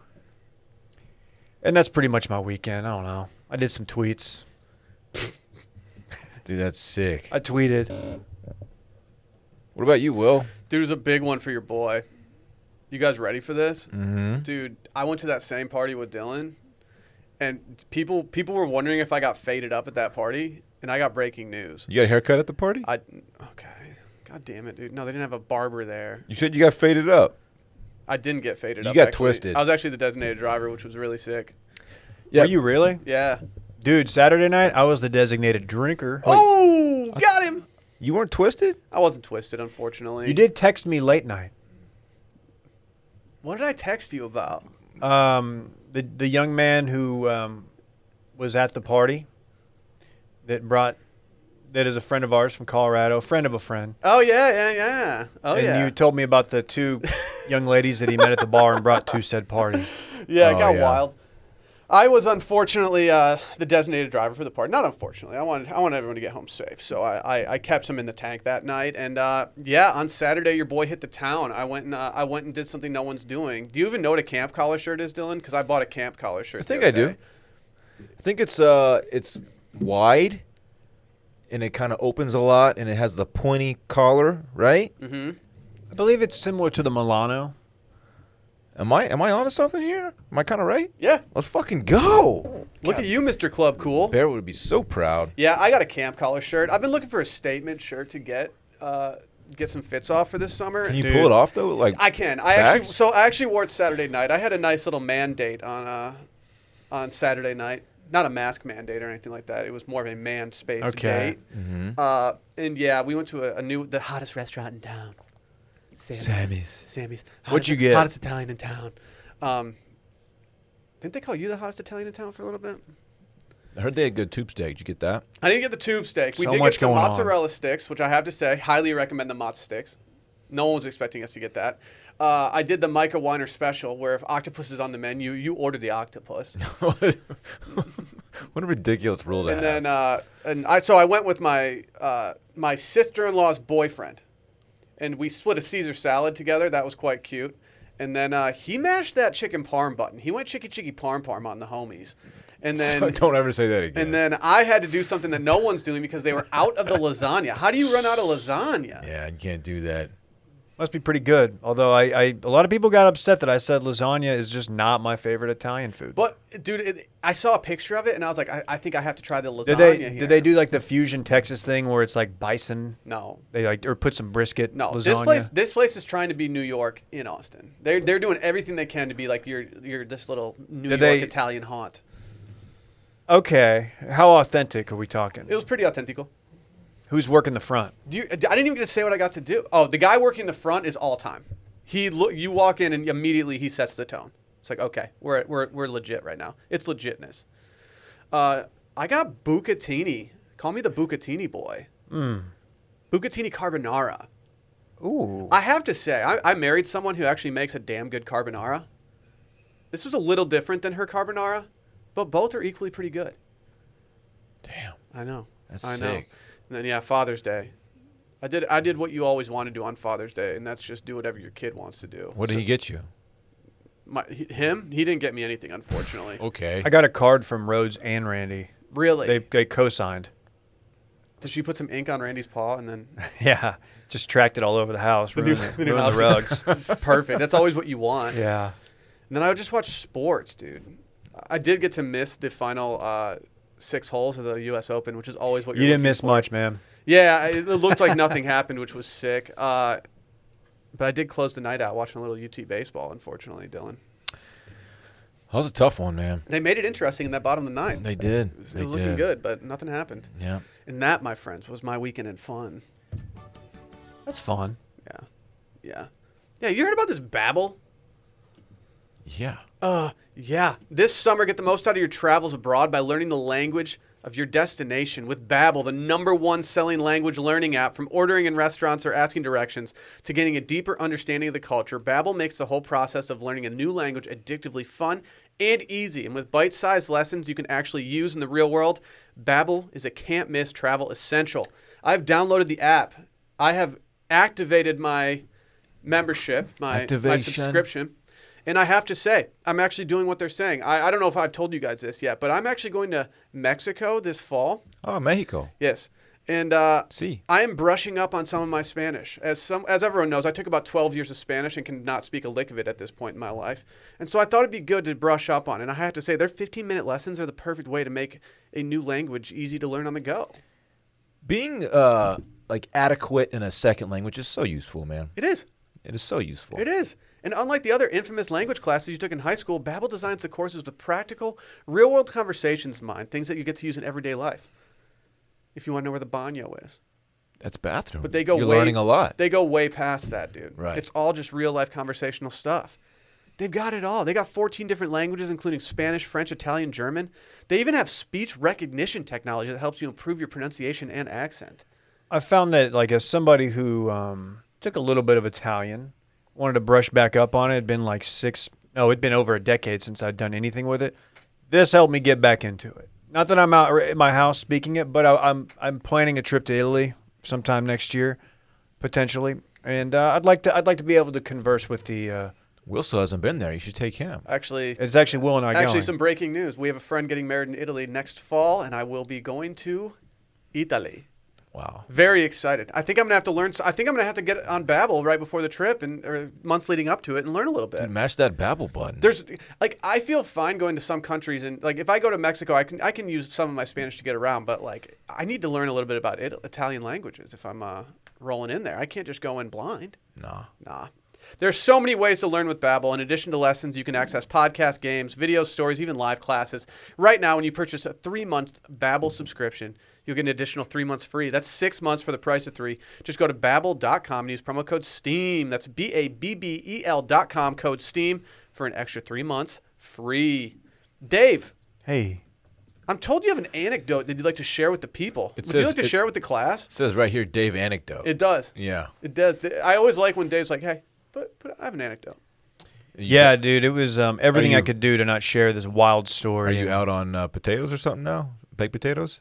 S2: and that's pretty much my weekend i don't know i did some tweets
S3: Dude, that's sick.
S2: i tweeted
S3: What about you, Will?
S1: Dude, it was a big one for your boy. You guys ready for this?
S3: Mm-hmm.
S1: Dude, I went to that same party with Dylan, and people people were wondering if I got faded up at that party, and I got breaking news.
S3: You got a haircut at the party?
S1: I okay. God damn it, dude. No, they didn't have a barber there.
S3: you said you got faded up.
S1: I didn't get faded
S3: You
S1: up.
S3: got
S1: actually.
S3: twisted.
S1: I was actually the designated driver, which was really sick.
S3: Yeah.
S2: were you really
S1: Yeah.
S2: dude saturday night i was the designated drinker
S1: Oh, got him.
S3: You weren't twisted?
S1: I wasn't twisted, unfortunately.
S2: you did text me late night
S1: What did I text you about?
S2: um, the, the young man who um, was at the party that brought that is a friend of ours from colorado a friend of a friend
S1: Oh yeah, yeah, yeah. Oh
S2: and
S1: yeah.
S2: you told me about the two young ladies that he met at the bar and brought to said party
S1: Yeah, it
S3: Oh,
S1: got
S3: yeah.
S1: wild. I was unfortunately uh, the designated driver for the party. Not unfortunately, I wanted I wanted everyone to get home safe, so I, I, I kept some in the tank that night. And uh, yeah, on Saturday your boy hit the town. I went and uh, I went and did something no one's doing. Do you even know what a camp collar shirt is, Dylan? Because I bought a camp collar shirt.
S3: I think
S1: the
S3: I
S1: other
S3: do.
S1: day.
S3: I think it's uh it's wide and it kind of opens a lot and it has the pointy collar, right?
S2: I believe it's similar to the Milano.
S3: Am I am I onto something here? Am I kind of right?
S1: Mm-hmm. Yeah,
S3: Let's fucking go.
S1: look at you, Mr. Club Cool.
S3: Bear would be so proud.
S1: Yeah, I got a camp collar shirt. I've been looking for a statement shirt to get. Uh, get some fits off for this summer.
S3: Can you
S1: Dude,
S3: pull it off though? Like
S1: I can. I actually
S3: facts?
S1: so I actually wore it Saturday night. I had a nice little mandate on uh on Saturday night. Not a mask mandate or anything like that. It was more of a man space
S2: Okay. Mm-hmm.
S1: date. Uh, and yeah, we went to a, a new the hottest restaurant in town.
S3: Sammy's.
S1: Sammy's.
S2: What'd
S1: Hottest-
S2: you get?
S1: Hottest Italian in town. Um, didn't they call you the hottest Italian in town for a little bit?
S3: I heard they had good tube steak. Did you get that?
S1: I didn't get the tube steak. We
S2: So
S1: did
S2: much
S1: get some
S2: going on.
S1: mozzarella sticks, which I have to say, highly recommend the mozz sticks. No one was expecting us to get that. Uh, I did the Micah Weiner special, where if octopus is on the menu, you order the octopus.
S3: what a ridiculous rule to
S1: and
S3: have.
S1: then, uh, and I so I went with my uh, my sister in law's boyfriend, and we split a Caesar salad together. That was quite cute. And then uh, he mashed that chicken parm button. He went chicky chicky parm parm on the homies. And then
S3: So don't ever say that again.
S1: And then I had to do something that no one's doing because they were out of the lasagna. How do you run out of lasagna?
S3: yeah, you can't do that.
S2: Must be pretty good. Although I, I, a lot of people got upset that I said lasagna is just not my favorite Italian food.
S1: But dude, it, I saw a picture of it and I was like, I, I think I have to try the lasagna.
S2: did they
S1: here.
S2: did they do like the fusion Texas thing where it's like bison?
S1: No,
S2: They like or put some brisket.
S1: no.
S2: lasagna.
S1: This place, this place is trying to be New York in Austin. They're they're doing everything they can to be like your your this little New York
S2: Did they-
S1: Italian haunt.
S2: Okay, how authentic are we talking?
S1: It was pretty authentical.
S2: Who's working the front?
S1: Do you, I didn't even get to say what I got to do. Oh, the guy working the front is all time. He look, you walk in and immediately he sets the tone. It's like okay, we're we're, we're legit right now. It's legitness. Uh, I got bucatini. Call me the bucatini boy. Bucatini carbonara.
S2: Ooh,
S1: I have to say, I, I married someone who actually makes a damn good carbonara. This was a little different than her carbonara, but both are equally pretty good.
S3: Damn.
S1: I know.
S3: That's
S1: I know.
S3: sick.
S1: And then yeah, Father's Day. I did I did what you always want to do on Father's Day, and that's just do whatever your kid wants to do.
S3: What did
S1: So
S3: he get you?
S1: My, he- him? He didn't get me anything, unfortunately.
S3: Okay.
S2: I got a card from Rhodes and Randy.
S1: Really?
S2: Oh, They they co-signed.
S1: Did she put some ink on Randy's paw and then
S2: Yeah, just tracked it all over the house,
S1: The
S2: ruined
S1: new-
S2: the,
S1: the new
S2: ruined the
S1: house.
S2: rugs.
S1: it's perfect. That's always what you want.
S2: yeah,
S1: And then I would just watch sports, dude. I did get to miss the final uh, six holes of the U.S. Open, which is always what
S2: you
S1: you're
S2: didn't
S1: looking
S2: miss
S1: for.
S2: much, man.
S1: Yeah, I- it looked like nothing happened, which was sick. Uh, but I did close the night out watching a little UT baseball, unfortunately, Dylan.
S3: That was a tough one, man.
S1: They made it interesting in that bottom of the ninth.
S3: They did.
S1: It was
S3: They
S1: looking
S3: did.
S1: good, but nothing happened.
S3: Yeah.
S1: And that, my friends, was my weekend in fun.
S2: That's fun.
S1: Yeah. Yeah. Yeah, you heard about this Babbel?
S3: Yeah.
S1: Uh, yeah. This summer, get the most out of your travels abroad by learning the language of your destination with Babbel, the number one selling language learning app. From ordering in restaurants or asking directions to getting a deeper understanding of the culture, Babbel makes the whole process of learning a new language addictively fun and easy. And with bite-sized lessons you can actually use in the real world, Babbel is a can't-miss travel essential. I've downloaded the app. I have activated my membership, my, my
S3: Activation.
S1: subscription description. And I have to say, I'm actually doing what they're saying. I, I don't know if I've told you guys this yet, but I'm actually going to Mexico this fall.
S3: Oh, Mexico.
S1: Yes. And uh,
S3: See.
S1: I am brushing up on some of my Spanish. As some, as everyone knows, I took about 12 years of Spanish and cannot speak a lick of it at this point in my life. And so I thought it'd be good to brush up on. And I have to say, their 15 minute lessons are the perfect way to make a new language easy to learn on the go.
S3: Being uh like adequate in a second language is so useful, man.
S1: It is.
S3: It is so useful.
S1: It is. And unlike the other infamous language classes you took in high school, Babbel designs the courses with practical, real-world conversations in mind, things that you get to use in everyday life. If you want to know where the baño is.
S3: That's bathroom.
S1: But they go
S3: You're
S1: way,
S3: learning a lot.
S1: They go way past that, dude.
S3: Right.
S1: It's all just real life conversational stuff. They've got it all. They got 14 different languages, including Spanish, French, Italian, German. They even have speech recognition technology that helps you improve your pronunciation and accent.
S2: I found that like as somebody who um, took a little bit of Italian, wanted to brush back up on it. It'd been like six, no, it'd been over a decade since I'd done anything with it. This helped me get back into it. Not that I'm out r- at my house speaking it, but I, I'm I'm planning a trip to Italy sometime next year, potentially, and uh, I'd like to I'd like to be able to converse with the. Uh,
S3: Will still hasn't been there. You should take him.
S1: Actually,
S2: it's actually Will and I
S1: Actually,
S2: going.
S1: some breaking news. We have a friend getting married in Italy next fall, and I will be going to Italy.
S3: Wow.
S1: Very excited. I think I'm gonna have to learn. I think I'm gonna have to get on Babbel right before the trip and or months leading up to it, and learn a little bit.
S3: Dude, mash that babble button.
S1: There's like I feel fine going to some countries and like if I go to Mexico, I can I can use some of my Spanish to get around, but like I need to learn a little bit about it, Italian languages if I'm uh rolling in there. I can't just go in blind.
S3: Nah.
S1: Nah. There's so many ways to learn with Babbel. In addition to lessons, you can access podcasts, games, videos, stories, even live classes. Right now, when you purchase a three-month Babbel subscription, you'll get an additional three months free. That's six months for the price of three. Just go to Babbel.com and use promo code STEAM. That's B-A-B-B-E-L E dot com, code STEAM, for an extra three months free. Dave,
S2: Hey,
S1: I'm told you have an anecdote that you'd like to share with the people. Would
S3: It
S1: you
S3: says-
S1: like to
S3: it-
S1: share with the class?
S3: It says right here, Dave anecdote.
S1: It does.
S3: yeah.
S1: It does. I always like when Dave's like, "Hey, but but I have an anecdote."
S3: You-
S2: yeah, dude, it was um, everything I
S3: you-
S2: could do to not share this wild
S3: Are
S2: story.
S3: you out on uh, potatoes or something now? Baked potatoes?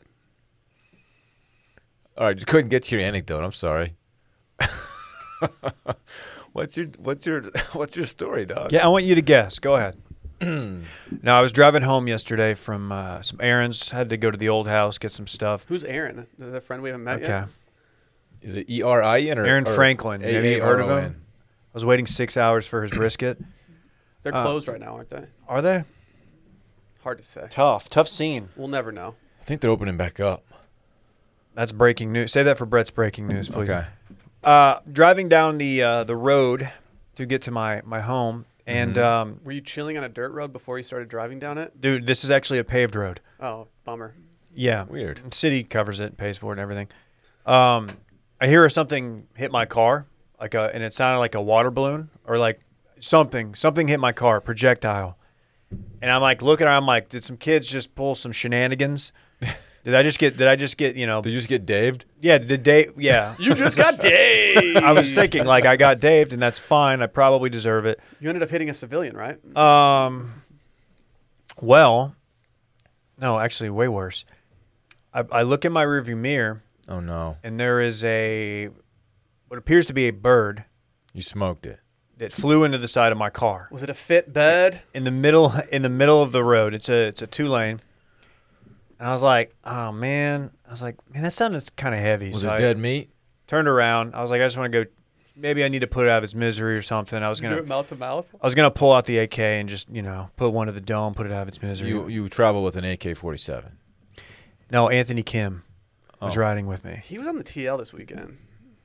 S3: All right, you couldn't get to your anecdote. I'm sorry. what's your what's your what's your story, dog?
S2: Yeah, I want you to guess. Go ahead. no, I was driving home yesterday from uh, some errands. Had to go to the old house, get some stuff.
S1: Who's Aaron? Is that a friend we haven't met
S2: Okay.
S1: yet?
S3: Is it E R I N or
S2: Aaron
S3: or
S2: Franklin. Have you heard of him?
S3: A-A-R-O-N?
S2: I was waiting six hours for his brisket.
S1: They're
S2: Uh,
S1: closed right now, aren't they?
S2: Are they
S1: Hard to say.
S2: tough? Tough scene.
S1: We'll never know.
S3: I think they're opening back up.
S2: That's breaking news. Say that for Brett's breaking news, please.
S3: Okay.
S2: Uh, driving down the uh, the road to get to my my home, and um,
S1: Were you chilling on a dirt road before you started driving down it?
S2: dude, this is actually a paved road.
S1: Oh, bummer.
S2: Yeah.
S3: Weird.
S2: The City covers it, pays for it, and everything. Um, I hear something hit my car, like a, and it sounded like a water balloon or like something. Something hit my car, projectile. And I'm like looking around, I'm like, did some kids just pull some shenanigans? Did I just get? Did I just get? You know,
S3: Did you just get daved?
S2: yeah. Did day? Yeah.
S1: You just got Dave.
S2: I was thinking like I got daved, and that's fine. I probably deserve it.
S1: You ended up hitting a civilian, right?
S2: Um. Well, no, actually, way worse. I, I look in my rearview mirror,
S3: Oh no,
S2: and there is a what appears to be a bird
S3: you smoked it.
S2: that flew into the side of my car
S1: Was it a fit bed?
S2: in the middle in the middle of the road. It's a it's a two lane, and I was like, oh man, I was like, man, that sounded kind of heavy.
S3: Was
S2: so
S3: it
S2: I
S3: dead meat?
S2: Turned around. I was like, I just want to go. Maybe I need to put it out of its misery or something. I was
S1: Do
S2: gonna
S1: it mouth to mouth.
S2: I was gonna pull out the AK and just you know put one to the dome, put it out of its misery.
S3: You you travel with an AK forty seven.
S2: no, Anthony Kim was
S3: Oh.
S2: riding with me.
S1: He was on the TL this weekend.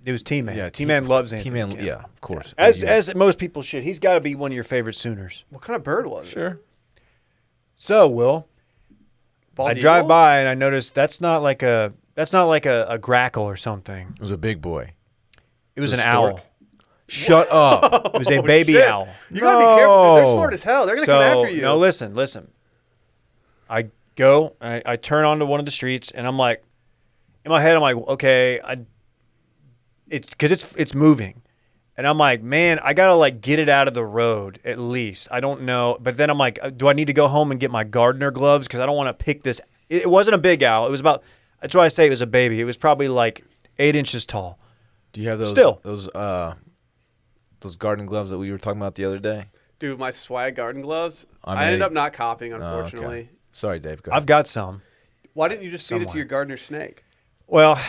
S2: It was T Man.
S3: Yeah,
S2: T Man loves Anthony.
S3: T Man.
S2: Kim.
S3: Yeah, of course.
S2: As
S3: Yeah.
S2: as most people should, he's got to be one of your favorite Sooners.
S1: What kind of bird was it?
S3: sure.
S2: So Will,
S1: Bald
S2: I drive
S1: eagle?
S2: by and I notice that's not like a that's not like a, a grackle or something.
S3: It was a big boy.
S2: It was
S3: The
S2: an
S3: stork?
S2: owl.
S3: Shut up.
S2: It was a baby
S1: shit.
S2: owl.
S1: You gotta be careful. dude. They're
S3: No.
S1: smart as hell. They're gonna
S2: so
S1: come after you.
S2: no, listen, listen. I go, I, I turn onto one of the streets, and I'm like, in my head, I'm like, okay, I, it's because it's it's moving, and I'm like, man, I gotta like get it out of the road at least. I don't know, but then I'm like, uh, do I need to go home and get my gardener gloves because I don't want to pick this? It, it wasn't a big owl. It was about. That's why I say it was a baby. It was probably like eight inches tall.
S3: Do you have those
S2: Still.
S3: those uh those garden gloves that we were talking about the other day?
S1: Dude, my swag garden gloves.
S3: I
S1: I ended
S3: made-
S1: up not copying,
S3: Oh, okay.
S1: unfortunately.
S3: Sorry, Dave. Go
S2: I've got some.
S1: Why didn't you just feed it to
S2: Somewhere.
S1: your gardener snake?
S2: Well,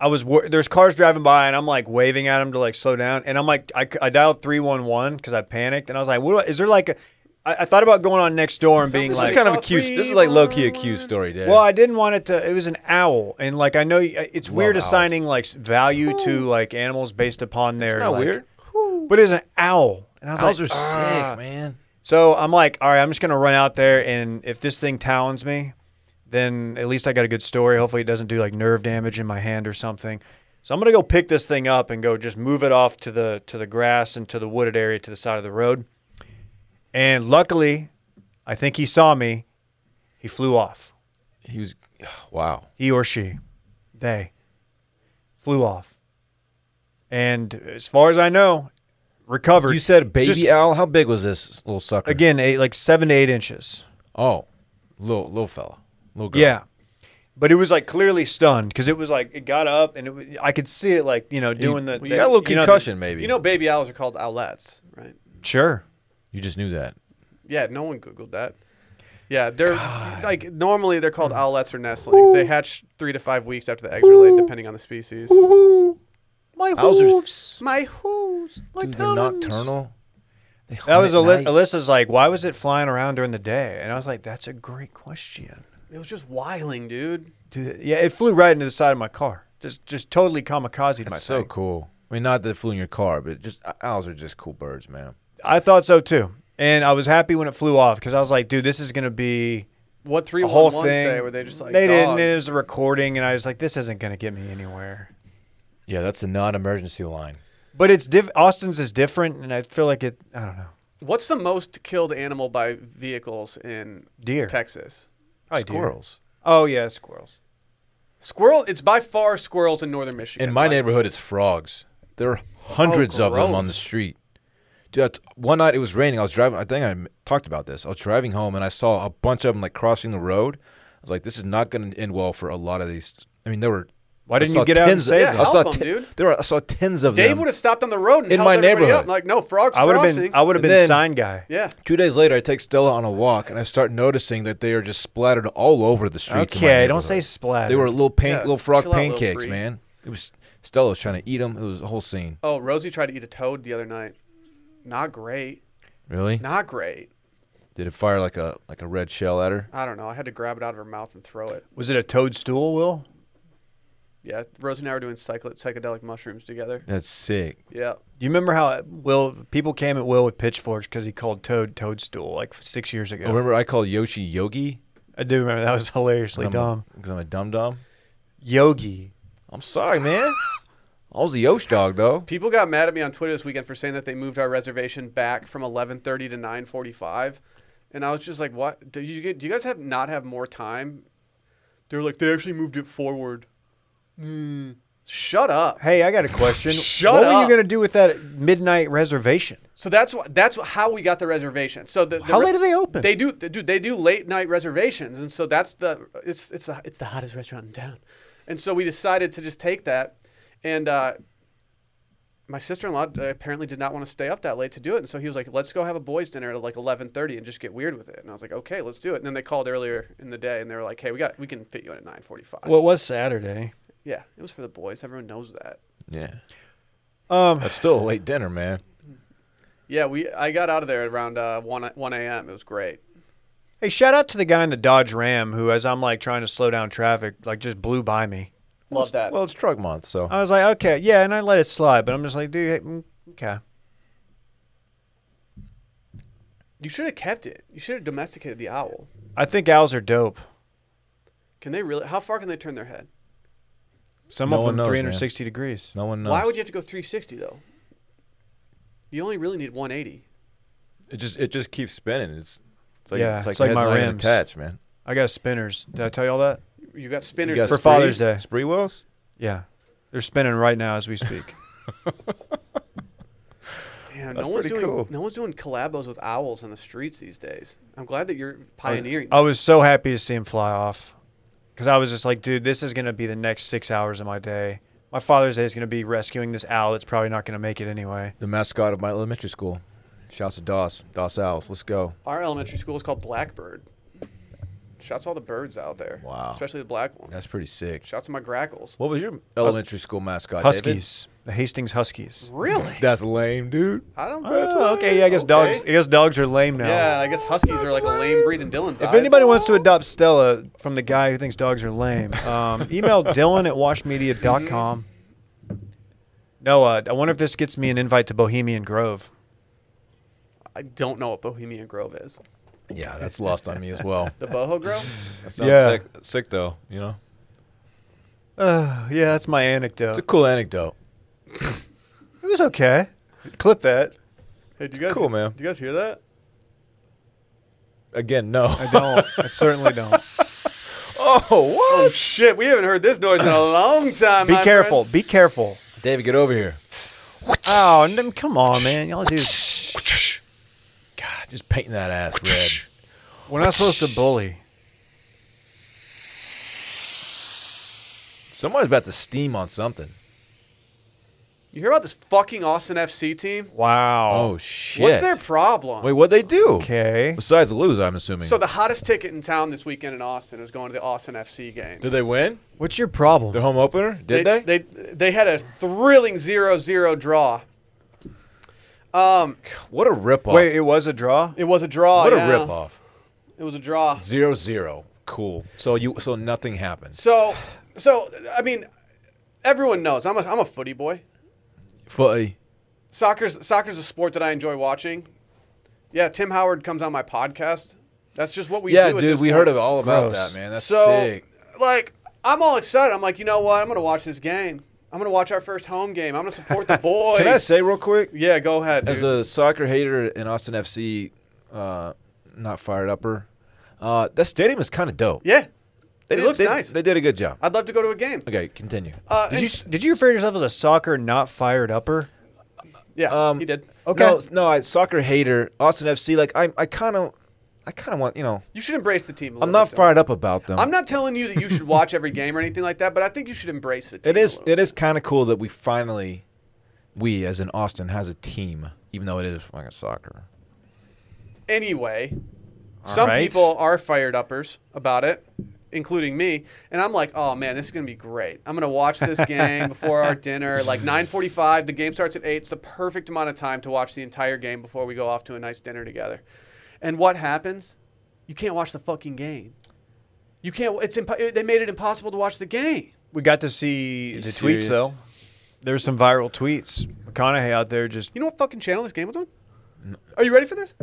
S2: I was wor- there's cars driving by and I'm like waving at them to like slow down and I'm like I, I dialed three one one because I panicked and I was like, what do I, is there like a? I, I thought about going on next door and being
S1: Something
S2: like,
S3: this is kind of a
S1: All
S3: cute.
S1: three
S3: This is like low key a
S1: were-
S3: cute story, Dave.
S2: well, I didn't want it to. It was an owl and like I know y- uh, it's weird
S3: owls.
S2: assigning like s- value to like animals based upon their.
S3: It's not
S2: like-
S3: weird.
S2: but it's an owl and I was
S3: Owls
S2: like,
S3: are
S2: "Ah."
S3: sick, man.
S2: So I'm like, all right, I'm just gonna run out there, and if this thing talons me, then at least I got a good story. Hopefully, it doesn't do like nerve damage in my hand or something. So I'm gonna go pick this thing up and go just move it off to the to the grass and to the wooded area to the side of the road. And luckily, I think he saw me. He flew off.
S3: He was. Wow.
S2: He or she, they flew off. And as far as I know, recovered.
S3: You said baby
S2: Just-
S3: owl. How big was this little sucker?
S2: again, eight, like seven to eight inches.
S3: Oh, little little fella, little girl.
S2: Yeah. But it was like clearly stunned because it was like it got up and it was, I could see it like you know doing the the-
S3: You got a little
S2: you know, the-
S3: concussion, maybe.
S1: You know, baby owls are called owlets, right?
S2: sure.
S3: you just knew that.
S1: Yeah, no one googled that. Yeah, they're like normally they're
S2: Hmm.
S1: called owlets or nestlings. They hatch three to five weeks after the eggs are laid, depending on the species.
S2: My
S3: Owls are-
S1: My hooves, my
S3: Dude, they're nocturnal. They
S2: That
S3: hunt
S2: was
S3: at
S2: Aly-
S3: night.
S2: Alyssa's like, why was it flying around during the day? And I was like, that's a great question,
S1: It was just whiling, dude.
S2: dude. Yeah, it flew right into the side of my car. Just just totally kamikaze my
S3: That's so
S2: thing.
S3: cool. I mean, not that it flew in your car, but just owls are just cool birds, man.
S2: I thought so too. And I was happy when it flew off because I was like, dude, this is gonna be
S1: What three
S2: a whole
S1: one
S2: thing.
S1: say? Were they just like
S2: they
S1: dog?
S2: didn't. It was a recording, and I was like, this isn't gonna get me anywhere.
S3: Yeah, that's a non-emergency line.
S2: But it's diff- Austin's is different, and I feel like it. I don't know.
S1: What's the most killed animal by vehicles in
S2: Deer.
S1: Texas?
S2: Probably deer.
S3: Squirrels.
S2: Oh yeah, squirrels.
S1: Squirrel. It's by far squirrels in northern Michigan.
S3: In my
S1: Like,
S3: neighborhood, it's frogs. There are hundreds of them on the
S1: gross.
S3: street. Dude, I t- one night it was raining. I was driving. I think I m- talked about this. I was driving home and I saw a bunch of them like crossing the road. I was like, this is not going to end well for a lot of these. I mean, there were.
S2: Why
S3: I
S2: didn't
S3: saw
S2: you get out and
S3: tens-
S2: save
S1: Yeah,
S2: them?
S3: I saw
S1: help 'em,
S3: ten-
S1: dude.
S3: There were, I saw tens of
S1: Dave
S3: them.
S1: would have stopped on the road and
S3: In
S1: held
S3: my
S1: everybody
S3: neighborhood.
S1: up. Like no frogs
S2: I would have
S1: crossing.
S2: been. I would have
S3: And
S2: been
S3: then-
S2: sign guy.
S1: yeah.
S3: Two days later, I take Stella on a walk and I start noticing that they are just splattered all over the streets. in
S2: Okay,
S3: my
S2: don't
S3: neighborhood.
S2: say splat.
S3: They were little pan-
S1: Yeah,
S3: little frog
S1: chill out, little
S3: pancakes,
S1: freak.
S3: man. It was Stella was trying to eat them. It was a whole scene.
S1: Oh, Rosie tried to eat a toad the other night. Not great.
S3: Really?
S1: Not great.
S3: Did it fire like a like a red shell at her?
S1: I don't know. I had to grab it out of her mouth and throw it.
S2: Was it a toadstool, Will?
S1: Yeah, Rosie and I were doing psychel- psychedelic mushrooms together.
S3: That's sick.
S1: Yeah.
S2: Do you remember how Will people came at Will with pitchforks because he called Toad Toadstool like six years ago?
S3: Oh, remember, I called Yoshi Yogi.
S2: I do remember that was hilariously
S3: I'm
S2: dumb.
S3: Because I'm a dumb dumb.
S2: Yogi.
S3: I'm sorry, man. I was a Yosh dog though.
S1: People got mad at me on Twitter this weekend for saying that they moved our reservation back from 11:30 to 9:45, and I was just like, "What? Do you get, do you guys have not have more time?" They were like, "They actually moved it forward." Mm. Shut up.
S2: Hey, I got a question.
S1: Shut
S2: what were
S1: up.
S2: you gonna do with that midnight reservation?
S1: So that's wh- that's how we got the reservation. So the, the
S2: How
S1: re-
S2: late do they open?
S1: They do, they do, they do late night reservations, and so that's the it's it's the, it's the hottest restaurant in town, and so we decided to just take that, and uh, my sister in law apparently did not want to stay up that late to do it, and so he was like, "Let's go have a boys' dinner at like eleven thirty and just get weird with it," and I was like, "Okay, let's do it." And then they called earlier in the day, and they were like, "Hey, we got we can fit you in at nine forty five.
S2: Well, it was Saturday.
S1: Yeah, it was for the boys. Everyone knows that.
S3: Yeah.
S2: Um,
S3: That's still a late dinner, man.
S1: Yeah, we I got out of there at around uh, one one a.m. It was great.
S2: hey, shout out to the guy in the Dodge Ram who, as I'm like trying to slow down traffic, like just blew by me.
S1: Love that.
S3: Well, it's truck month, so
S2: I was like, okay, yeah, and I let it slide, but I'm just like, dude, hey, mm, okay.
S1: you should have kept it. You should have domesticated the owl.
S2: I think owls are dope.
S1: Can they really? How far can they turn their head?
S2: Some
S3: No
S2: of
S3: one
S2: them
S3: knows, man.
S2: 360 degrees.
S3: no one knows.
S1: Why would you have to go 360 though? You only really need 180.
S3: It just it just keeps spinning. It's it's like
S2: Yeah,
S3: it's like,
S2: it's like
S3: the
S2: my
S3: head's not even
S2: rims.
S3: attached, man.
S2: I got spinners. Did I tell you all that?
S1: You got
S3: You
S1: spinners
S3: got
S2: For
S1: three.
S2: Father's
S3: sprees?
S2: Day.
S3: Spree wheels.
S2: Yeah. They're spinning right now as we speak.
S1: Damn,
S3: That's
S1: no one's
S3: pretty
S1: doing
S3: cool.
S1: no one's doing collabos with owls in the streets these days. I'm glad that you're pioneering.
S2: I was so happy to see him fly off because I was just like, dude, this is going to be the next six hours of my day. My Father's Day is going to be rescuing this owl that's probably not going to make it anyway.
S3: The mascot of my elementary school. Shouts to Doss. Doss Owls. Let's go.
S1: Our elementary school is called Blackbird. Shouts to all the birds out there.
S3: Wow.
S1: Especially the black one.
S3: That's pretty sick.
S1: Shouts to my grackles.
S3: What was your elementary school mascot? David?
S2: Huskies. The Hastings Huskies.
S1: Really?
S3: That's lame, dude.
S1: I don't. think that's
S2: Oh, okay, yeah, I guess
S1: okay.
S2: dogs. I guess dogs are lame now.
S1: Yeah, and I guess huskies are like a lame breed in Dylan's
S2: If
S1: eyes.
S2: anybody wants to adopt Stella from the guy who thinks dogs are lame, um, email Dylan at washmedia.com. No, uh, I wonder if this gets me an invite to Bohemian Grove.
S1: I don't know what Bohemian Grove is.
S3: Yeah, that's lost on me as well.
S1: The boho grove.
S3: That sounds
S2: Yeah.
S3: sick, sick though. You know,
S2: Uh, yeah, that's my anecdote.
S3: it's a cool anecdote.
S2: It was okay. Clip that.
S1: Hey, do you guys?
S3: Cool, man.
S1: Do you guys hear that?
S3: Again, no.
S2: I don't. I certainly don't.
S3: oh,
S1: Oh shit, we haven't heard this noise in a long time.
S2: Be
S1: my
S2: careful.
S1: friends.
S2: Be careful.
S3: David, get over here.
S2: Oh, n- come on, man. Y'all do.
S3: God, just painting that ass red.
S2: We're not supposed to bully.
S3: Somebody's about to steam on something.
S1: You hear about this fucking Austin FC team?
S2: Wow.
S3: Oh shit.
S1: What's their problem?
S3: Wait, what they
S2: Oh.
S3: do?
S2: Okay.
S3: Besides lose, I'm assuming.
S1: So the hottest ticket in town this weekend in Austin was going to the Austin FC game.
S3: did they win
S2: What's your
S3: their
S2: problem?
S3: home opener? Did they?
S1: They they, had a thrilling 0-0 draw. Um,
S3: what a ripoff!
S2: Wait, it was a draw?
S1: it was a draw.
S3: what a
S1: oh, yeah.
S3: ripoff!
S1: It was a draw.
S3: Zero zero. Cool. So you so nothing happened.
S1: So, so I mean, everyone knows I'm a, I'm a footy boy.
S3: Footy.
S1: Soccer's soccer's a sport that I enjoy watching. Yeah, Tim Howard comes on my podcast. That's just what we
S3: Yeah,
S1: do. at
S3: dude,
S1: this
S3: we
S1: point.
S3: heard of all about
S2: Gross.
S3: that, man. That's
S1: so,
S3: sick.
S1: like, I'm all excited. I'm like, you know what? I'm gonna watch this game. I'm gonna watch our first home game. I'm gonna support the boys.
S3: Can I say real quick?
S1: Yeah, go ahead.
S3: As
S1: dude.
S3: a soccer hater in Austin FC, uh, not fired upper, uh, that stadium is kind of dope.
S1: yeah,
S3: they
S1: it
S3: did-
S1: looks
S3: they-
S1: nice.
S3: They did a good job.
S1: I'd love to go to a game.
S3: Okay, continue.
S1: Uh,
S2: Did
S1: and-
S2: you did you refer to yourself as a soccer not fired upper?
S1: yeah,
S3: Um,
S1: he did.
S2: Okay.
S3: No, no, I soccer hater, Austin FC. Like I, I kind of, I kind of want you know.
S1: You should embrace the team. i
S3: I'm not fired up about them.
S1: I'm not telling you that you should watch every game or anything like that, but I think you should embrace the team.
S3: It is.
S1: a little
S3: It is kind of cool that we finally, we as in Austin has a team, even though it is fucking soccer.
S1: anyway.
S2: All
S1: some
S2: right.
S1: people are fired uppers about it, including me. And I'm like, oh man, this is gonna be great. I'm gonna watch this game before our dinner, like 9:45. The game starts at eight. It's the perfect amount of time to watch the entire game before we go off to a nice dinner together. And what happens? You can't watch the fucking game. You can't. It's impo- they made it impossible to watch the game.
S2: We got to see
S3: You
S2: the
S3: serious?
S2: tweets though. There were some viral tweets. McConaughey out there just
S1: You know what fucking channel this game was on? Are you ready for this?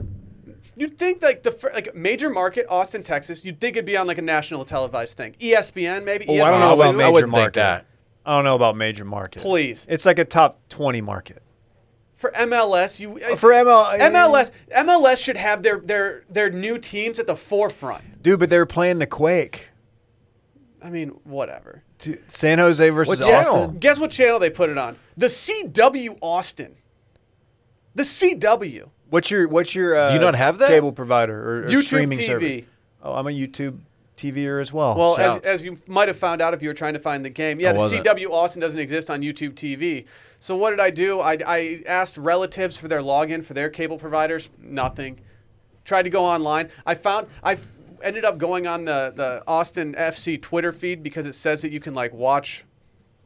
S1: You'd think like the fir- like major market Austin, Texas. You'd think it'd be on like a national televised thing, E ESPN maybe.
S2: Oh, I don't
S1: ESPN
S2: know
S3: I
S2: about
S3: wouldn't- I
S2: major
S3: wouldn't think
S2: market.
S3: that.
S2: I don't know about major market.
S1: Please.
S2: it's like a top twenty market.
S1: for MLS. You
S2: Uh, For ML,
S1: MLS MLS should have their their their new teams at the forefront.
S2: dude, but they were playing the Quake.
S1: I mean, whatever.
S2: Dude, San Jose versus
S3: What channel?
S2: Austin.
S1: Guess what channel they put it on? The CW Austin. The CW.
S2: What's your what's your uh,
S3: you not have that?
S2: cable provider or, or
S1: YouTube
S2: streaming
S1: TV.
S2: service? Oh, I'm a YouTube TVer as well.
S1: Well, as,
S2: Oh, Shouts.
S1: as you might have found out if you were trying to find the game, yeah,
S3: I
S1: the
S3: wasn't.
S1: CW Austin doesn't exist on YouTube TV. So what did I do? I, I asked relatives for their login for their cable providers. Nothing. Tried to go online. I found I ended up going on the the Austin FC Twitter feed because it says that you can like watch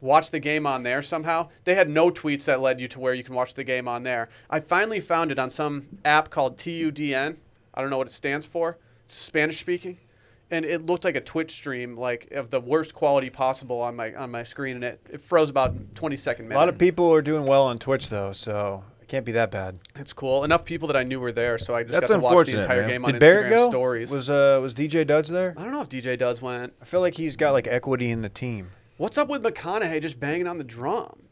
S1: watch the game on there somehow. They had no tweets that led you to where you can watch the game on there. I finally found it on some app called TUDN. I don't know what it stands for. It's Spanish speaking. And it looked like a Twitch stream, like of the worst quality possible on my on my screen, and it, it froze about twenty second
S2: a
S1: minute.
S2: lot of people are doing well on Twitch though, so it can't be that bad.
S1: it's cool. Enough people that I knew were there, so I just
S3: That's
S1: got to watch the
S3: unfortunate,
S1: entire
S3: man.
S1: game on
S2: Did
S1: Instagram
S2: Barrett go?
S1: stories.
S2: Was uh was DJ Duds there?
S1: I don't know if DJ Does went.
S2: I feel like he's got like equity in the team.
S1: What's up with McConaughey just banging on the drum?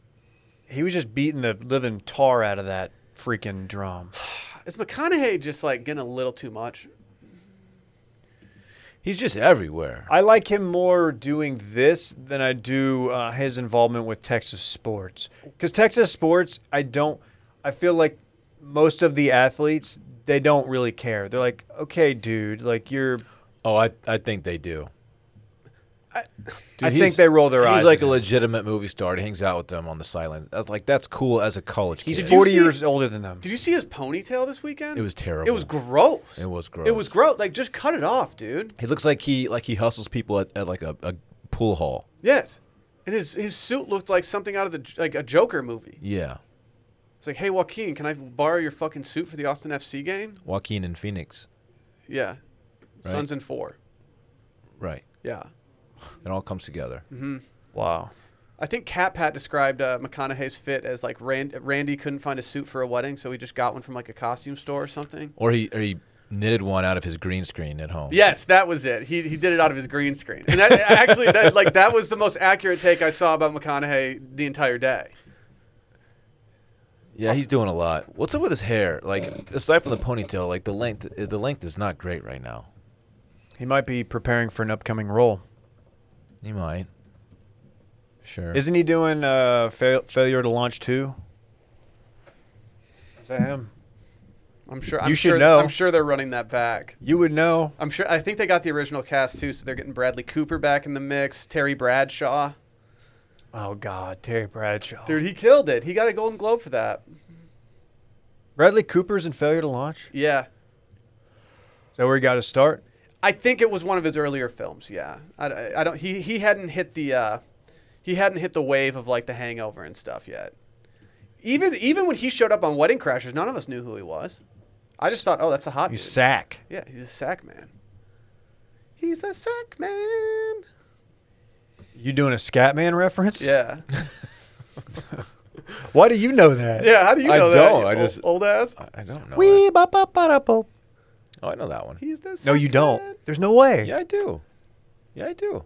S2: He was just beating the living tar out of that freaking drum.
S1: Is McConaughey just like getting a little too much?
S3: He's just everywhere.
S2: I like him more doing this than I do uh, his involvement with Texas sports. Because Texas sports, I don't. I feel like most of the athletes they don't really care. They're like, okay, dude, like you're.
S3: Oh, I, I think they do.
S2: I
S3: he's-
S2: think they roll their
S3: he's
S2: eyes.
S3: like
S2: at
S3: a
S2: it.
S3: legitimate movie star. He hangs out with them on the sideline. That's like that's cool as a college
S2: He's
S3: kid.
S1: you
S2: forty
S1: see-
S2: years older than them.
S1: Did you see his ponytail this weekend?
S3: It was terrible.
S1: It was gross.
S3: It was
S1: It was
S3: gross.
S1: gross. Like just cut it off, dude.
S3: He looks like he like he hustles people at, at like a, a pool hall.
S1: Yes. And his his suit looked like something out of the like a Joker movie.
S3: Yeah,
S1: It's like, hey Joaquin, can I borrow your fucking suit for the Austin FC game?
S3: Joaquin and Phoenix.
S1: Yeah.
S3: Right.
S1: Suns in four.
S3: Right,
S1: Yeah.
S3: it all comes together.
S2: Wow.
S1: I think Cat Pat described uh, McConaughey's fit as like Rand- Randy couldn't find a suit for a wedding, so he just got one from like a costume store or something.
S3: Or he or he knitted one out of his green screen at home.
S1: Yes, that was it. He, he did it out of his green screen, and that, actually, that, like that was the most accurate take I saw about McConaughey the entire day.
S3: yeah, he's doing a lot. What's up with his hair? Like aside from the ponytail, like the length eh, the length is not great right now.
S2: He might be preparing for an upcoming role.
S3: He might. Sure.
S2: Isn't he doing uh, fail- failure to launch two? Is that him?
S1: I'm sure.
S2: You
S1: I'm
S2: should
S1: sure,
S2: know.
S1: I'm sure they're running that back.
S2: You would know.
S1: I'm sure. I think they got the original cast too, so they're getting Bradley Cooper back in the mix. Terry Bradshaw,
S2: Oh God, Terry Bradshaw.
S1: dude, he killed it. He got a Golden Globe for that.
S2: Bradley Cooper's in failure to launch.
S1: Yeah,
S2: Is that where he got his start?
S1: I think it was one of his earlier films. Yeah, I, I- I don't. He he hadn't hit the uh, he hadn't hit the wave of like The Hangover and stuff yet. Even even when he showed up on Wedding Crashers, none of us knew who he was. I just thought, oh, that's a hot.
S2: You
S1: dude.
S2: sack.
S1: Yeah, he's a sack man. He's a sack man.
S2: You doing a Scatman reference?
S1: Yeah.
S2: Why do you know that?
S1: Yeah. How do you
S3: I
S1: know that?
S3: don't,
S1: you
S3: I
S1: ol-
S3: just-
S1: old ass.
S3: I, I don't know.
S2: Wee
S3: that.
S2: ba ba ba da bo.
S3: Oh, I know that one.
S1: He's this.
S2: No, you don't. There's no way.
S3: Yeah, I do. Yeah, I do.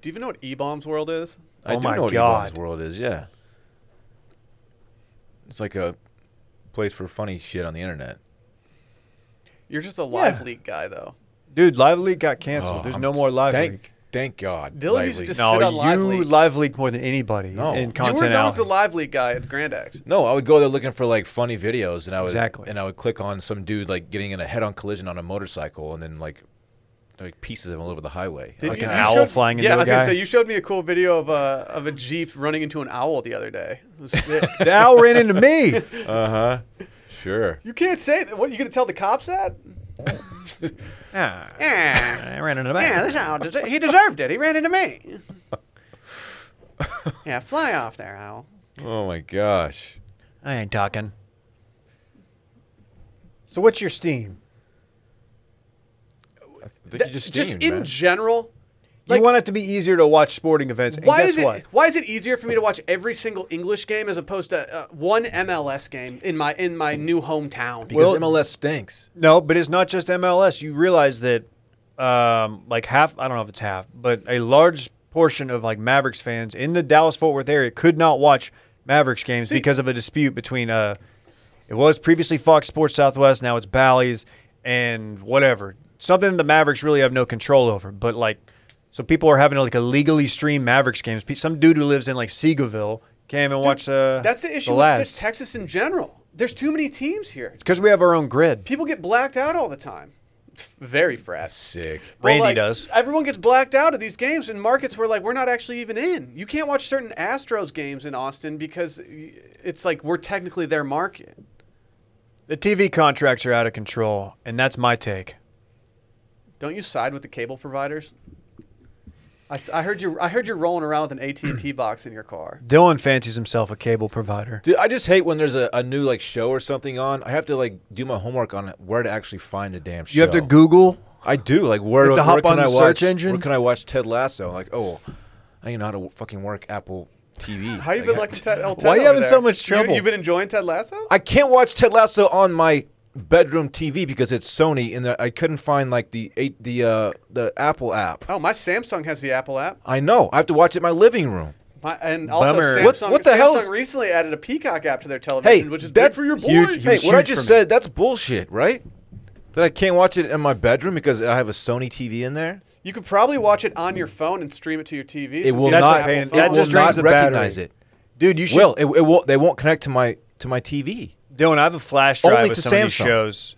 S1: Do you even know what E Bombs World is?
S3: I
S2: Oh
S3: do
S2: my
S3: know what
S2: God.
S3: Ebon's World is. Yeah, it's like a place for funny shit on the internet.
S1: You're just a live league guy, though.
S2: Dude, Live Leak got canceled.
S3: Oh,
S2: There's
S3: I'm
S2: no more Live
S3: thank,
S2: Leak.
S3: Thank God.
S1: Dylan used to
S3: Lively.
S1: just-
S2: No,
S1: sit on Live
S2: you
S1: Leak.
S2: Live Leak more than anybody
S3: No.
S2: in
S3: You were
S1: you were
S2: content
S1: known as the
S2: alley.
S1: live league guy at Grand Axe.
S3: no, I would go there looking for like funny videos, and I would
S2: Exactly.
S3: and I would click on some dude like getting in a head-on collision on a motorcycle, and then like like pieces of him all over the highway.
S1: Did
S3: like
S2: you-
S3: an
S2: an
S3: owl.
S2: owl
S1: showed-
S2: flying into
S1: Yeah,
S2: a
S1: I was gonna
S2: guy?
S1: say you showed me a cool video of a of a jeep running into an owl the other day. It was sick.
S2: The owl ran into me.
S3: Uh huh. Sure.
S1: you can't say that. What you gonna tell the cops that?
S2: Ah,
S1: Yeah,
S2: I ran into the
S1: yeah, this
S2: back.
S1: owl. des- He deserved it. He ran into me. Yeah, fly off there, owl.
S3: Oh my gosh.
S2: I ain't talking. So what's your steam?
S3: I think
S1: That-
S3: you just
S1: just
S3: steamed,
S1: in
S3: man.
S1: general,
S2: you
S1: Like-
S2: want it to be easier to watch sporting events. And
S1: why
S2: guess
S1: is it
S2: what?
S1: why is it easier for me to watch every single English game as opposed to uh, one MLS game in my in my new hometown?
S3: because
S2: Well-
S3: MLS stinks.
S2: No, but it's not just MLS. You realize that, um, like half, I don't know if it's half, but a large portion of like Mavericks fans in the Dallas Fort Worth area could not watch Mavericks games because of a dispute between uh, it was previously Fox Sports Southwest, now it's Bally's and whatever. Something the Mavericks really have no control over, but like, so people are having to like illegally stream Mavericks games. Pe- Some dude who lives in like Seagoville came and watched. Uh,
S1: That's the issue with just Texas in general. There's too many teams here.
S2: because we have our own grid.
S1: People get blacked out all the time. It's very frat.
S3: Sick.
S1: Well,
S2: Randy
S1: like,
S2: does.
S1: Everyone gets blacked out of these games in markets where like we're not actually even in. You can't watch certain Astros games in Austin because y- it's like we're technically their market.
S2: The TV contracts are out of control, and that's my take.
S1: Don't you side with the cable providers? I, s- I heard you. I heard you're rolling around with an AT and T box in your car.
S2: Dylan fancies himself a cable provider.
S3: Dude, I just hate when there's a, a new like show or something on. I have to like do my homework on where to actually find the damn show.
S2: You have to Google.
S3: I do. Like where,
S2: You have to hop
S3: where
S2: on
S3: can I
S2: the
S3: watch,
S2: search engine?
S3: Where can I watch Ted Lasso? Like, oh, I don't know how to fucking work Apple TV.
S1: How you
S3: I
S1: been
S3: got-
S1: like Ted? El Ted
S2: Why you
S1: over
S2: having
S1: there?
S2: so much
S1: You-
S2: trouble?
S1: You, have been enjoying Ted Lasso?
S3: I can't watch Ted Lasso on my bedroom TV because it's Sony, and the, I couldn't find like the eight the uh, the Apple app.
S1: oh, my Samsung has the Apple app.
S3: I know. I have to watch it in my living room.
S1: My, and also
S2: Bummer.
S1: Samsung.
S2: What-
S3: what the
S1: Samsung
S3: hell's-
S1: recently added a Peacock app to their television,
S3: Hey,
S1: which is big
S3: that's
S1: for your boy.
S2: huge,
S3: Hey,
S2: huge
S3: what I
S2: for
S3: just
S2: me.
S3: said, that's bullshit, right? That I can't watch it in my bedroom because I have a Sony TV in there.
S1: You could probably watch it on your phone and stream it to your TV.
S3: It
S1: since
S3: will
S1: you have an
S2: That's
S3: not.
S2: a
S1: Apple
S2: pain.
S1: phone.
S2: That
S3: it
S2: just
S3: will
S2: drains
S3: not
S2: the
S3: recognize
S2: battery.
S3: it.
S2: Dude, you should.
S3: Will it, it won't? They won't connect to my to my TV.
S2: Dylan, I have a flash
S3: Only
S2: drive of
S3: to
S2: some of these
S3: Samsung.
S2: shows.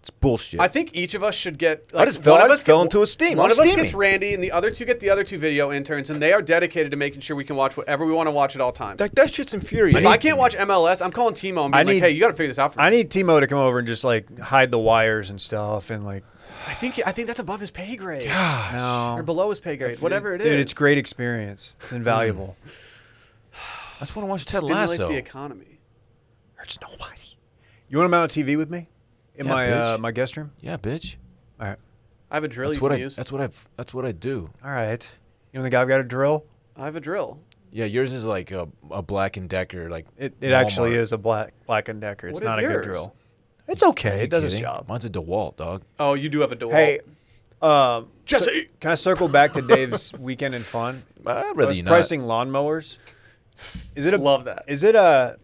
S3: It's bullshit.
S1: I think each of us should get. Like,
S3: just fell-
S1: one
S3: I
S1: of
S3: just
S1: us
S3: fell
S1: get-
S3: into a steam.
S1: One
S3: I'm
S1: of us gets
S3: steaming.
S1: Randy, and the other two get the other two video interns, and they are dedicated to making sure we can watch whatever we want to watch at all times.
S3: that, that shit's infuriating.
S1: if I can't watch MLS, I'm calling Timo and being
S2: I
S1: like,
S2: need-
S1: "Hey, you got to figure this out for me."
S2: I need Timo to come over and just like hide the wires and stuff, and like
S1: I think I think that's above his pay grade
S2: no.
S1: or below his pay grade, whatever it is.
S2: Dude, it's great experience. It's invaluable.
S3: I just want to watch Ted
S1: Stimulates
S3: Lasso.
S1: the economy.
S2: Hurts nobody. You want to mount a TV with me in
S3: Yeah,
S2: my uh,
S3: bitch.
S2: my guest room?
S3: Yeah, bitch.
S2: All right,
S1: I have a drill
S3: That's
S1: you
S3: what
S1: can
S3: I.
S1: use.
S3: That's what I. That's what I do.
S2: all right. You don't think I've got a drill?
S1: I have a drill.
S3: Yeah, yours is like a, a Black and Decker. Like
S2: It, it actually
S3: Walmart.
S2: is a black black and decker. It's
S1: What is
S2: not a
S1: yours?
S2: good drill. It's okay.
S3: Are you
S2: It does its
S3: kidding?
S2: job.
S3: Mine's a DeWalt, dog.
S1: Oh, you do have a dual.
S2: Hey, um,
S1: Jesse!
S2: so- can I circle back to Dave's weekend and fun?
S3: I'd
S2: I
S3: rather
S2: was
S3: you not.
S2: pricing lawnmowers. Is it a
S1: Love that.
S2: Is it a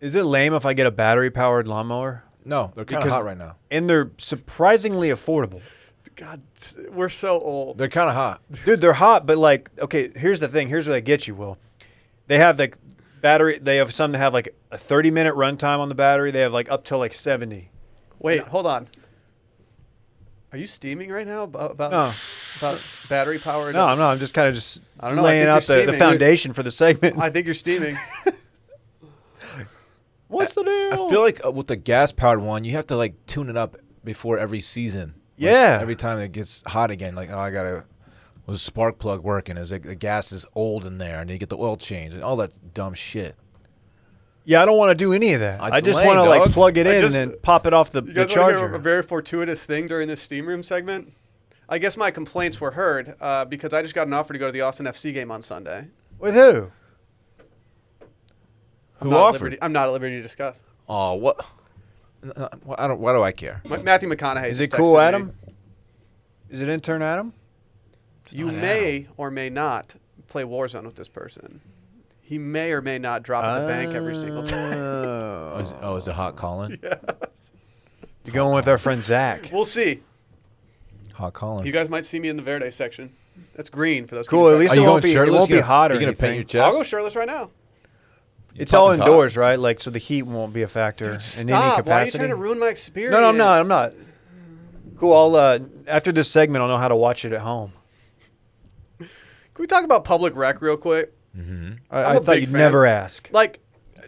S2: is it lame if I get a battery powered lawnmower?
S3: No, they're kind of
S2: Because-
S3: hot right now.
S2: And they're surprisingly affordable.
S1: God, we're so old.
S3: They're kind of hot.
S2: Dude, they're hot, but like, okay, here's the thing. Here's where they get you, Will. They have like battery. They have some that have like a 30 minute runtime on the battery. They have like up to like 70.
S1: Wait, hold on. Are you steaming right now about about,
S2: No.
S1: about battery powered?
S2: No, I'm not. I'm just kind of just
S1: I don't know. I
S2: laying
S1: think
S2: out
S1: you're
S2: the, the
S1: steaming.
S2: foundation for the segment.
S1: I think you're steaming.
S2: What's the deal?
S3: I feel like uh, with the gas powered one, you have to like tune it up before every season. Like,
S2: Yeah.
S3: every time it gets hot again, like oh, I gotta. Was the spark plug working? Is it, the gas is old in there, and you get the oil change and all that dumb shit.
S2: yeah, I don't want to do any of that.
S3: It's
S2: I just
S3: lame,
S2: want to
S3: dog.
S2: like plug it
S1: I
S2: in
S1: just-
S2: and then pop it off the,
S1: You
S2: the
S1: guys want to hear
S2: charger.
S1: a very fortuitous thing during this steam room segment? I guess my complaints were heard uh, because I just got an offer to go to the Austin FC game on Sunday.
S2: With who?
S3: Who
S1: Not at
S3: offered?
S1: liberty- I'm not at liberty to discuss.
S3: Oh, what? N- uh, wh- I don't. Why do I care?
S1: Ma- Matthew McConaughey.
S2: Is it
S1: just
S2: cool,
S1: texted me,
S2: Adam? Is it intern Adam?
S1: You
S3: not
S1: may or may not play Warzone with this person. He may or may not drop at the bank every
S2: Uh.
S1: single time.
S3: Oh, is, oh, is it Hot Colin?
S2: You're going with our friend Zach.
S1: We'll see.
S3: Hot Colin.
S1: You guys might see me in the Verde section. That's green for those.
S2: Cool,
S1: people
S2: at
S1: who-
S2: least- it
S3: Are you
S2: won't
S3: going
S2: be- it
S3: shirtless?
S2: won't be
S3: You gonna-
S2: hot or
S3: You gonna paint your
S2: anything.
S3: chest?
S1: I'll go shirtless right now.
S3: You
S2: It's all
S3: fucking top.
S2: indoors, right? Like, so the heat won't be a factor in any
S1: Stop!
S2: capacity.
S1: Why are you trying to ruin my experience?
S2: no, no, I'm not. I'm not. Cool. I'll uh, after this segment, I'll know how to watch it at home.
S1: Can we talk about public rec real quick?
S2: I,
S1: I'm
S2: I
S1: a
S2: thought
S1: big
S2: you'd
S1: fan.
S2: never ask.
S1: Like,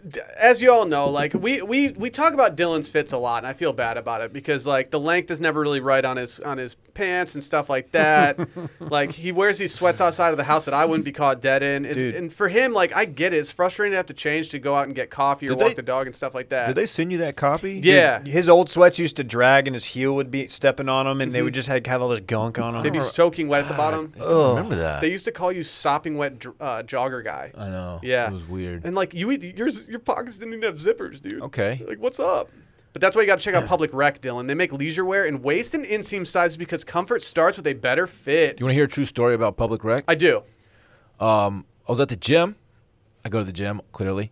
S1: d- as you all know, like we we we talk about Dylan's fits a lot, and I feel bad about it because like the length is never really right on his on his pants and stuff like that. like he wears these sweats outside of the house that I wouldn't be caught dead in. It's,
S2: Dude.
S1: And for him, like I get it. It's frustrating to have to change to go out and get coffee or
S3: Did
S1: walk
S3: they-
S1: the dog and stuff like that.
S3: Did they send you that copy?
S1: Yeah.
S2: His old sweats used to drag, and his heel would be stepping on them, and
S1: Mm-hmm.
S2: they would just have, have all this gunk on them.
S1: They'd be soaking wet at the bottom.
S3: I just don't remember that.
S1: They used to call you sopping wet dr- uh, jogger guy.
S3: I know.
S1: Yeah,
S3: It was weird.
S1: And like you, yours, your pockets didn't even have zippers, dude.
S3: Okay.
S1: Like, what's up? But that's why you got to check out Public Rec, Dylan. They make leisure wear in waist and inseam sizes because comfort starts with a better fit.
S3: you want to hear a true story about public rec?
S1: I do.
S3: Um, I was at the gym. I go to the gym clearly.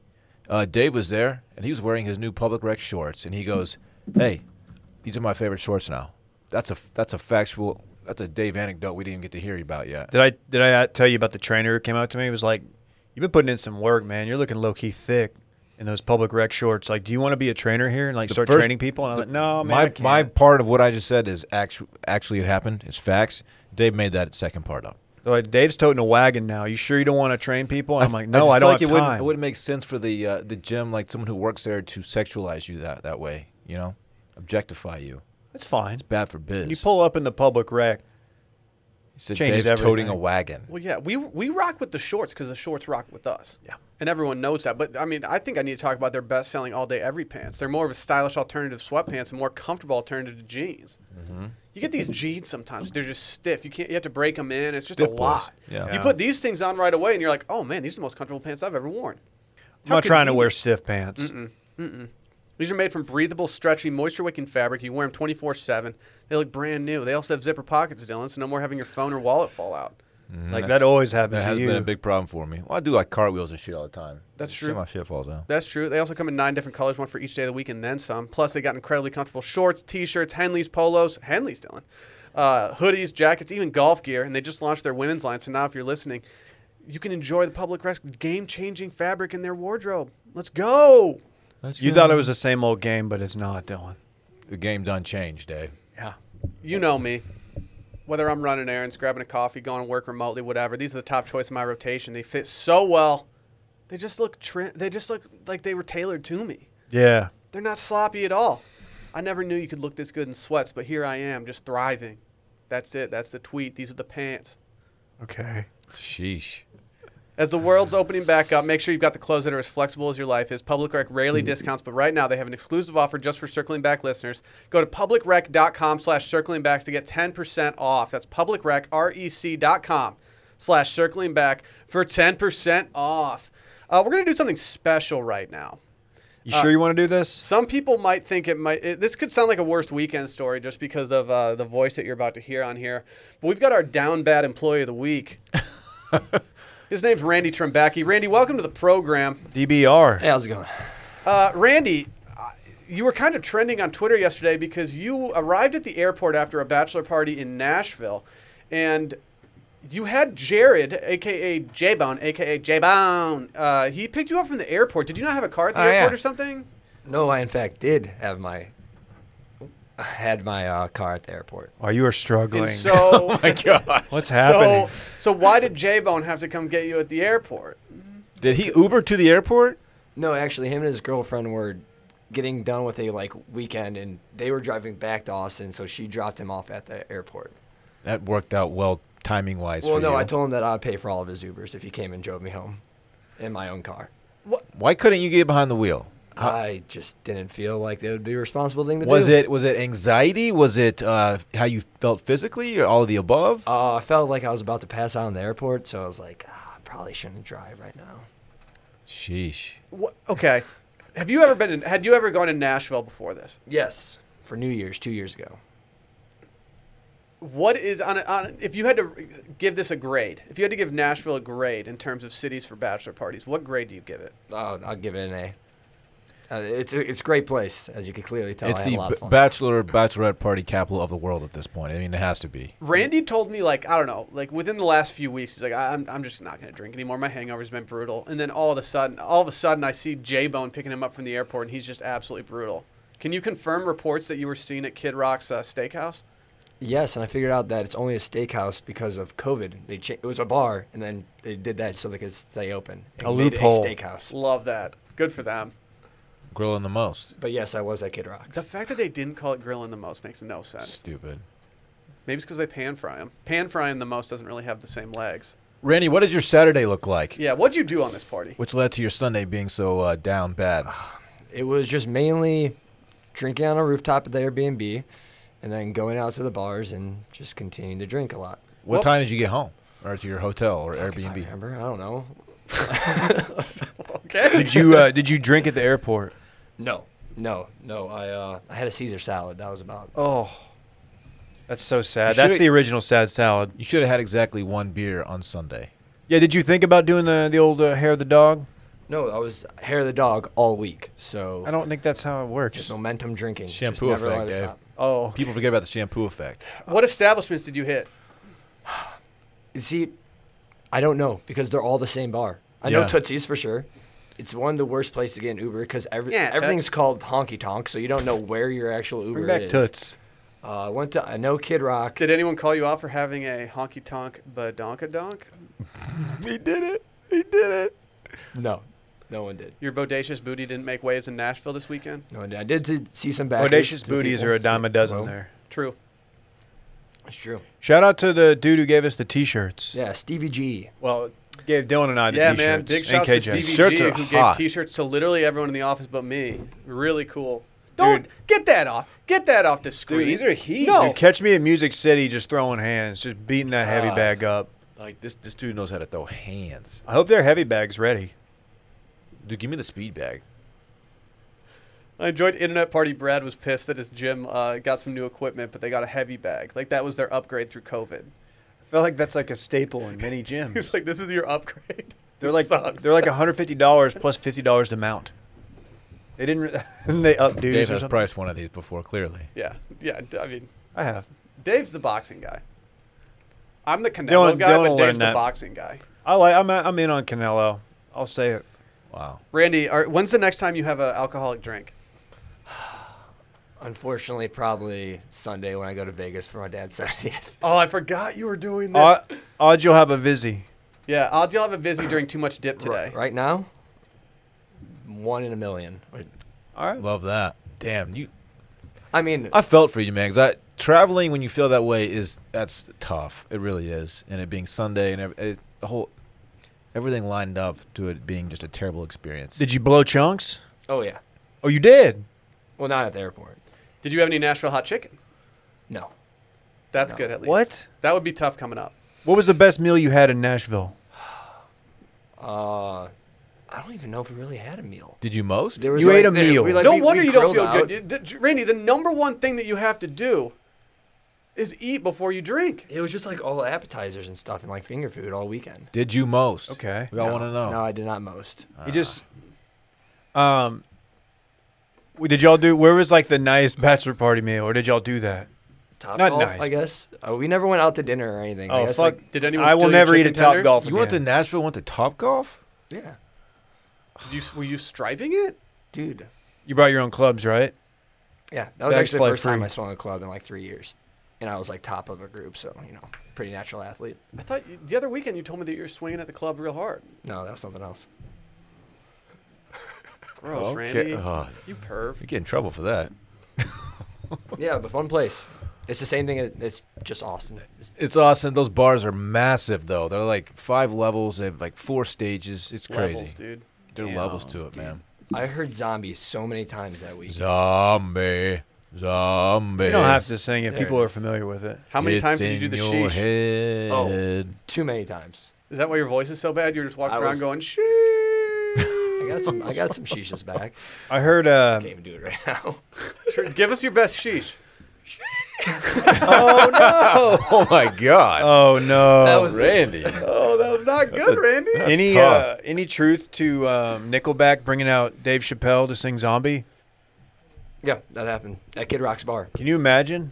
S3: Uh, Dave was there, and he was wearing his new public rec shorts, and he goes, "Hey, these are my favorite shorts now." That's a that's a factual. That's a Dave anecdote we didn't even get to hear about yet.
S2: Did I did I uh, tell you about the trainer who came out to me? He was like, "You've been putting in some work, man. You're looking low key thick in those public rec shorts. Like, do you want to be a trainer here and like start
S3: first-
S2: training people?" And I'm like, "No, man, I
S3: My
S2: can't."
S3: my part of what I just said is actually actually it happened. It's facts. Dave made that second part up.
S2: They're like, Dave's toting a wagon now. You sure you don't want to train people? And I'm
S3: f-
S2: like, "No,
S3: just
S2: I, don't
S3: feel like
S2: have
S3: it wouldn't,
S2: time."
S3: It wouldn't make sense for the uh, the gym, like someone who works there, to sexualize you that that way. You know, objectify you.
S2: That's fine.
S3: Bad for biz.
S2: You pull up in the public rec.
S3: He said
S2: changes
S3: Dave's toting a
S2: everything.
S3: wagon.
S1: Well, yeah, we we rock with the shorts because the shorts rock with us.
S2: Yeah.
S1: And everyone knows that. But I mean, I think I need to talk about their best-selling all-day every pants. They're more of a stylish alternative to sweatpants and more comfortable alternative to jeans.
S2: Mm-hmm.
S1: You get these jeans sometimes; they're just stiff. You can't. You have to break them in. It's just
S3: Stiff
S1: a
S3: boys.
S1: lot.
S3: Yeah.
S1: You
S2: Yeah.
S1: put these things on right away, and you're like, "Oh man, these are the most comfortable pants I've ever worn."
S2: I'm
S1: How
S2: not trying to
S1: convenient.
S2: wear stiff pants.
S1: These are made from breathable, stretchy, moisture wicking fabric. You wear them 24 7. They look brand new. They also have zipper pockets, Dylan, so no more having your phone or wallet fall out.
S2: Like that
S3: that's-
S2: always
S3: That
S2: happens
S3: has
S2: to you.
S3: been a big problem for me. Well, I do like cartwheels and shit all the time.
S1: That's
S3: Shit,
S1: true.
S3: My shit falls out.
S1: That's true. They also come in nine different colors, one for each day of the week, and then some. Plus, they got incredibly comfortable shorts, t shirts, Henleys, polos, Henleys, Dylan, uh, hoodies, jackets, even golf gear. And they just launched their women's line. So now, if you're listening, you can enjoy the public rest game changing fabric in their wardrobe. Let's go.
S2: you thought it was the same old game, but it's not, Dylan.
S3: the game done changed, Dave.
S2: Yeah.
S1: You know me. Whether I'm running errands, grabbing a coffee, going to work remotely, whatever, these are the top choice in my rotation. They fit so well. They just look trim. They just look like they were tailored to me.
S2: Yeah.
S1: They're not sloppy at all. I never knew you could look this good in sweats, but here I am, just thriving. That's it. That's the tweet. These are the pants.
S2: Okay.
S3: Sheesh.
S1: As the world's opening back up, make sure you've got the clothes that are as flexible as your life is. Public Rec rarely discounts, but right now they have an exclusive offer just for Circling Back listeners. Go to publicrec.com slash circling back to get 10% off. That's publicrec, R-E-C dot com slash circling back for 10% off. Uh, we're going to do something special right now.
S2: You
S3: Uh,
S2: sure you want to do this?
S1: Some people might think it might. It, this could sound like a worst weekend story just because of uh, the voice that you're about to hear on here. But we've got our down bad employee of the week. His name's Randy Trembacki. Randy, welcome to the program.
S2: DBR.
S4: Hey, how's it going?
S1: Uh, Randy, I- you were kind of trending on Twitter yesterday because you arrived at the airport after a bachelor party in Nashville, and you had Jared, aka J Bone, aka J Bone. Uh, he picked you up from the airport. Did you not have a car at the
S4: Oh,
S1: airport
S4: yeah.
S1: or something?
S4: No, I in fact did have my had my uh, car at the airport.
S2: Oh, you are struggling.
S1: And so,
S4: Oh,
S3: My God.
S2: What's happening?
S1: So, so why did J Bone have to come get you at the airport?
S3: Did he Uber to the airport?
S4: No, actually, him and his girlfriend were getting done with a like weekend, and they were driving back to Austin, so she dropped him off at the airport.
S3: That worked out well timing wise.
S4: Well,
S3: for
S4: no,
S3: you.
S4: I told him that I'd pay for all of his Ubers if he came and drove me home in my own car.
S3: Why couldn't you get behind the wheel?
S4: I just didn't feel like it would be a responsible thing to
S3: Was
S4: do.
S3: it was it anxiety? Was it uh, how you felt physically, or all of the above?
S4: Uh, I felt like I was about to pass out in the airport, so I was like, "Ah, I probably shouldn't drive right now.
S3: Sheesh.
S1: What, okay. Have you ever been? In, had you ever gone to Nashville before this?
S4: Yes, for New Year's two years ago.
S1: What is on? A, on a- if you had to give this a grade, if you had to give Nashville a grade in terms of cities for bachelor parties, what grade do you give it?
S4: Oh, I'll give it an A. Uh, it's a, it's a great place, as you can clearly tell.
S3: it's
S4: I had
S3: the
S4: a lot
S3: b-
S4: of fun.
S3: bachelor bachelorette party capital of the world at this point. I mean, it has to be.
S1: Randy told me like I don't know, like within the last few weeks, he's like I- I'm I'm just not gonna drink anymore. My hangover's been brutal, and then all of a sudden, all of a sudden, I see J Bone picking him up from the airport, and he's just absolutely brutal. Can you confirm reports that you were seen at Kid Rock's uh, steakhouse?
S4: Yes, and I figured out that it's only a steakhouse because of COVID. They cha- it was a bar, and then they did that so they could stay open. It
S2: A
S4: made
S2: loophole.
S4: It a steakhouse.
S1: Love that. Good for them.
S3: Grilling the most.
S4: But yes, I was at Kid Rock's.
S1: The fact that they didn't call it grilling the most makes no
S4: Uh,
S1: sense.
S3: Stupid.
S1: Maybe it's because they pan fry them. Pan frying the most doesn't really have the same legs.
S3: Randy, what does your Saturday look like?
S1: Yeah, what'd you do on this party?
S3: Which led to your Sunday being so uh, down bad.
S4: It was just mainly drinking on a rooftop at the Airbnb, and then going out to the bars and just continuing to drink a lot.
S3: What
S1: Well-
S3: time did you get home, or to your hotel or
S4: Fuck if I
S3: Airbnb?
S4: remember, I don't know.
S1: Okay.
S2: Did you uh, did you drink at the airport?
S4: No, no, no. I uh, I had a Caesar salad. That was about.
S2: Oh, that's so sad.
S3: You
S2: That's
S3: should-
S2: the original sad salad.
S3: You should have had exactly one beer on Sunday.
S2: Yeah. Did you think about doing the the old uh, hair of the dog?
S4: No, I was hair of the dog all week. So
S2: I don't think that's how it
S4: just
S2: works.
S4: momentum drinking. Just
S3: Shampoo
S4: never let
S3: effect, eh?
S4: it
S3: Dave.
S4: stop.
S2: Oh,
S3: People forget about the shampoo effect.
S1: what establishments did you hit?
S4: You See, I don't know because they're all the same bar. I know
S3: Yeah.
S4: Tootsie's for sure. It's one of the worst places to get an Uber because every,
S1: Yeah, Toots.
S4: everything's called honky tonk, so you don't know where your actual Uber
S2: bring back
S4: is.
S2: toots.
S4: Uh, I went to I know Kid Rock.
S1: Did anyone call you out for having a honky tonk badonka donk?
S3: He did it. He did it.
S4: No, no one did.
S1: Your bodacious booty didn't make waves in Nashville this weekend?
S4: No one did. I did see- see some back.
S2: Audacious booties are a dime a dozen there.
S1: True.
S4: It's true.
S2: Shout out to the dude who gave us the t-shirts.
S4: Yeah, Stevie G.
S2: Well, gave Dylan and I the
S1: yeah,
S2: t-shirts.
S1: man. Big
S2: and
S1: shout to
S2: KJ.
S1: Stevie
S3: Shirts
S1: G,
S3: are
S1: who
S3: hot.
S1: gave T-shirts to literally everyone in the office but me. Really cool. Don't
S2: Dude.
S1: get that off. Get that off the screen.
S3: heat.
S1: No.
S2: Dude, catch me at Music City just throwing hands, just beating that heavy
S3: Ah.
S2: bag up.
S3: Like this, this dude knows how to throw hands.
S2: I hope their heavy bag's ready.
S3: Dude, give me the speed bag.
S1: I enjoyed Internet Party. Brad was pissed that his gym uh, got some new equipment, but they got a heavy bag. Like that was their upgrade through COVID.
S2: I feel like that's like a staple in many
S1: He was
S2: gyms.
S1: like, "This is your upgrade."
S2: they're
S1: This
S2: like
S1: sucks.
S2: they're like hundred fifty dollars plus fifty dollars to mount. They didn't. Re- they up duties
S3: Dave
S2: or
S3: has
S2: something?
S3: priced one of these before, clearly.
S1: yeah, yeah. d- I mean,
S2: I have.
S1: Dave's the boxing guy. I'm the Canelo
S2: Dylan-
S1: guy,
S2: Dylan
S1: but
S2: will
S1: Dave's
S2: learn
S1: the
S2: that.
S1: boxing guy.
S2: I like. I'm. I'm in on Canelo. I'll say it.
S3: Wow.
S1: Randy, are, when's the next time you have an alcoholic drink?
S4: Unfortunately, probably Sunday when I go to Vegas for my dad's 70th.
S1: Oh, I forgot you were doing this.
S2: Odd, odd you'll have a vizzy.
S1: yeah, I'll you'll have a busy during too much dip
S4: Ri-
S1: today.
S4: right now, one in a million. Or-
S2: All right.
S3: Love that. Damn, you.
S4: I mean,
S2: Uh,
S3: I felt for you, man. Cause I, traveling when you feel that way is that's tough. It really is. And it being Sunday and ev- it, the whole everything lined up to it being just a terrible experience.
S2: Did you blow chunks?
S4: oh yeah.
S2: Oh, you did.
S4: Well, not at the airport.
S1: Did you have any Nashville hot chicken?
S4: No.
S1: That's
S4: No.
S1: good at least.
S2: What?
S1: That would be tough coming up.
S2: What was the best meal you had in Nashville?
S4: Uh, I don't even know if we really had a meal.
S3: Did you most?
S4: was
S2: You ate a
S4: there-
S2: meal.
S4: we, like,
S1: no
S4: we-
S1: wonder
S4: we
S1: you don't
S4: grilled
S1: feel
S4: out.
S1: good. You- d- Randy, the number one thing that you have to do is eat before you drink.
S4: It was just like all appetizers and stuff and like finger food all weekend.
S3: Did you most?
S2: Okay.
S3: We all
S4: No,
S3: want to know.
S4: No, I did not most.
S1: Uh.
S2: You just. Um. w- Did y'all do? Where was like the nice bachelor party meal, or did y'all do that?
S4: Top
S2: Not
S4: golf,
S2: nice.
S4: I guess. Uh, we never went out to dinner or anything. I
S2: Oh
S4: guess,
S2: fuck!
S4: like-
S1: Did anyone
S2: I
S1: steal
S2: will
S1: your
S2: never eat
S1: chicken
S2: at Top
S1: tenders?
S2: Golf.
S3: you went to
S2: again.
S3: Nashville, went to Top Golf?
S4: yeah,
S1: Did you, were you striping it?
S4: dude.
S2: You brought your own clubs, right?
S4: Yeah, that was
S2: Bags
S4: actually
S2: fly
S4: the first time
S2: free.
S4: I swung a club in like three years, and I was like top of a group, so you know, pretty natural athlete.
S1: I thought you, the other weekend you told me that you were swinging at the club real hard.
S4: No, that was something else.
S1: Gross, Randy.
S3: Oh,
S1: You perv.
S3: you get in trouble for that.
S4: yeah, but fun place. It's the same thing. as- It's just Austin. It's-
S3: It's awesome. Those bars are massive, though. They're like five levels. They have like four stages. It's crazy.
S1: Levels, dude.
S3: There are
S1: Damn.
S3: levels to it, man.
S4: I heard zombie so many times that week.
S3: Zombie, zombie.
S2: You don't have to sing it.
S4: There
S2: People
S4: it
S2: are familiar with it.
S1: How many times did you do the sheesh?
S3: Head.
S4: Oh. Too many times.
S1: Is that why your voice is so bad? You're just walking
S4: I
S1: around
S4: was-
S1: going sheesh.
S3: Oh.
S4: I got some. I got some sheeshes back.
S2: I heard. Uh,
S4: Can't even do it right now.
S1: Sure, Give us your best sheesh.
S3: Oh my God.
S2: oh no.
S4: That was-
S3: Randy.
S1: Oh, that was not good,
S3: a-
S1: Randy.
S2: any uh,
S3: tough.
S2: any truth to um, Nickelback bringing out Dave Chappelle to sing Zombie?
S4: Yeah, that happened at Kid Rock's bar.
S2: Can you imagine?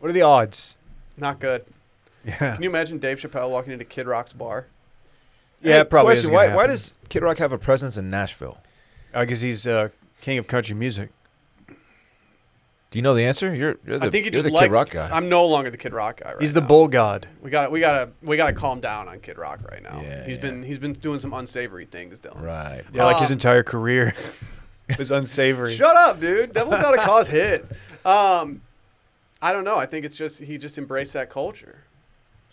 S2: What are the odds?
S1: Not good.
S2: Yeah.
S1: Can you imagine Dave Chappelle walking into Kid Rock's bar?
S2: yeah, it probably.
S3: Question:
S2: isn't
S3: Why,
S2: gonna
S3: why
S2: happen.
S3: does Kid Rock have a presence in Nashville?
S2: Uh, 'cause he's uh, king of country music.
S3: Do you know the answer? You're, you're the,
S1: I think he
S3: you're
S1: just
S3: the
S1: likes.
S3: Kid Rock guy.
S1: I'm no longer the Kid Rock guy. Right
S2: He's the
S1: now.
S2: bull god.
S1: We got. We gotta. We gotta calm down on Kid Rock right now.
S3: Yeah,
S1: He's
S3: yeah.
S1: been. He's been doing some unsavory things, Dylan.
S3: right.
S2: Yeah, like his
S1: Um,
S2: entire career was unsavory.
S1: Shut up, dude. Devil's got a cause hit. Um, I don't know. I think it's just he just embraced that culture.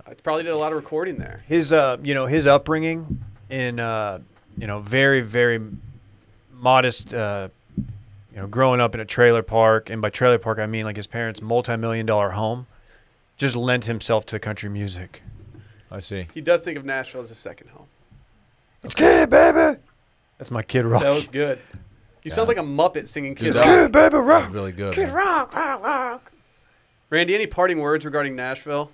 S1: I probably did a lot of recording there.
S2: his uh you know his upbringing in uh you know very very modest uh you know growing up in a trailer park and by trailer park i mean like his parents multi-million dollar home just lent himself to country music
S3: I see.
S1: He does think of Nashville as a second home.
S2: it's good baby that's my kid rock
S1: That was good. You sound like
S3: God.
S1: a Muppet singing Kid
S3: Dude,
S1: Rock.
S3: that-
S2: good baby
S3: That's
S2: rock
S3: really good.
S2: kid
S3: man.
S2: rock rock rock
S1: Randy, any parting words regarding Nashville?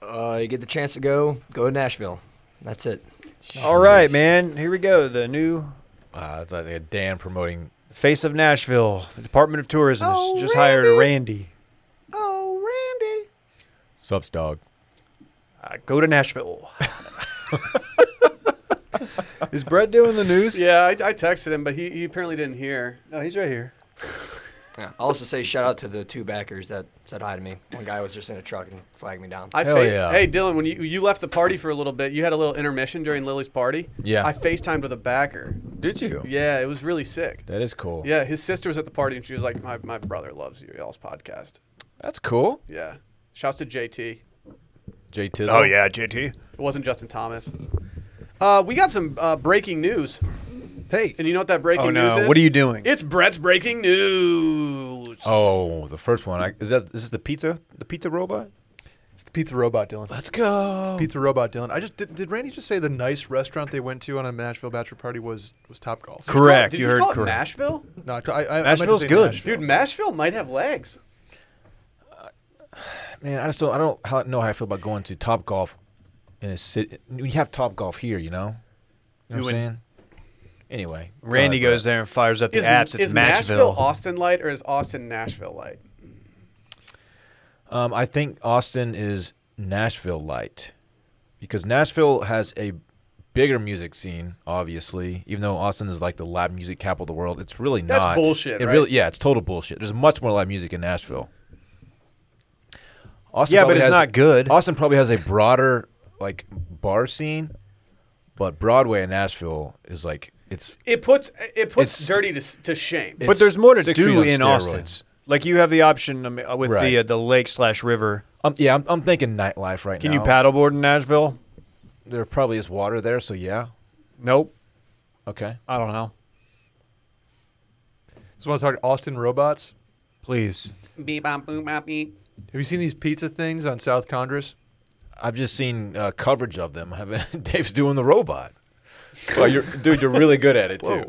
S4: Uh, you get the chance to go, go to Nashville. That's it.
S2: all right man here we go the new
S3: Wow, it's Ah, like a Dan promoting.
S2: face of nashville the department of tourism has
S1: Oh,
S2: just hired
S1: Randy.
S2: randy
S1: Oh, Randy.
S3: Subs dog.
S2: uh, go to nashville is brett doing the news
S1: Yeah, I, I texted him, but he, he apparently didn't hear.
S2: No, he's right here.
S4: Yeah. I'll also say shout out to the two backers that said hi to me. One guy was just in a truck and flagged me down.
S1: I
S3: Hell
S1: fa-
S3: yeah.
S1: Hey, Dylan, when you, you left the party for a little bit, you had a little intermission during Lily's party.
S3: Yeah.
S1: I FaceTimed with a backer.
S3: Did you?
S1: Yeah, it was really sick.
S3: That is cool.
S1: Yeah, his sister was at the party and she was like, My, my brother loves you, y'all's podcast.
S3: That's cool.
S1: Yeah. Shouts to JT.
S3: J Tizzle.
S2: Oh yeah, JT.
S1: It wasn't Justin Thomas. Uh, we got some uh, breaking news.
S3: Hey.
S1: And you know what that breaking
S2: Oh no,
S1: news is?
S2: what are you doing?
S1: It's Brett's breaking news.
S3: Oh, the first one. I, is that is this the pizza? The pizza robot?
S5: It's the pizza robot, Dylan.
S3: Let's
S2: Oh.
S3: go.
S5: Pizza robot, Dylan. I just did. Did Randy just say the nice restaurant they went to on a Nashville bachelor party was was Top Golf?
S2: correct.
S1: Did
S2: you
S1: just
S2: heard
S1: call it
S2: correct.
S1: Nashville?
S5: No, I, I, I meant to
S2: Nashville's
S5: say
S2: good.
S5: Nashville.
S1: Dude, Nashville might have legs.
S3: Man, I just don't. I don't how, know how I feel about going to Top Golf in a city. You have Top Golf here, you know.
S2: You
S3: You know what
S2: would-
S3: I'm saying? Anyway, Uh,
S2: Randy
S3: God,
S2: goes there and fires up the
S1: Is,
S2: apps. It's
S1: is
S2: Nashville.
S1: Austin light or is Austin Nashville light?
S3: but, Um, I think Austin is Nashville light because Nashville has a bigger music scene. Obviously, even though Austin is like the live music capital of the world, it's really not.
S1: That's bullshit,
S3: It
S1: right?
S3: really, yeah, it's total bullshit. There's much more live music in Nashville. Austin
S2: Yeah, but
S3: probably
S2: it's
S3: has-
S2: not good.
S3: Austin probably has a broader like bar scene, but Broadway in Nashville is like it's
S1: It puts it puts
S3: It's-
S1: dirty to, to shame.
S3: it-
S2: But
S3: it's
S2: there's more to
S3: six feet
S2: do
S3: on
S2: in Austin.
S3: steroids.
S2: Like you have the option I mean, uh, with
S3: Right.
S2: the uh, the lake slash river.
S3: um, yeah. I'm, I'm thinking nightlife right
S2: Can
S3: now.
S2: you paddleboard in Nashville?
S3: There probably is water there, so yeah.
S2: Nope.
S3: Okay.
S2: I don't know.
S5: Just want to talk Austin robots.
S2: Please.
S1: Beep, bop, boom, bop, beep.
S5: Have you seen these pizza things on South Congress?
S3: I've just seen uh, coverage of them. I've- Dave's doing the robot. Well, you're, dude, you're really good at it too.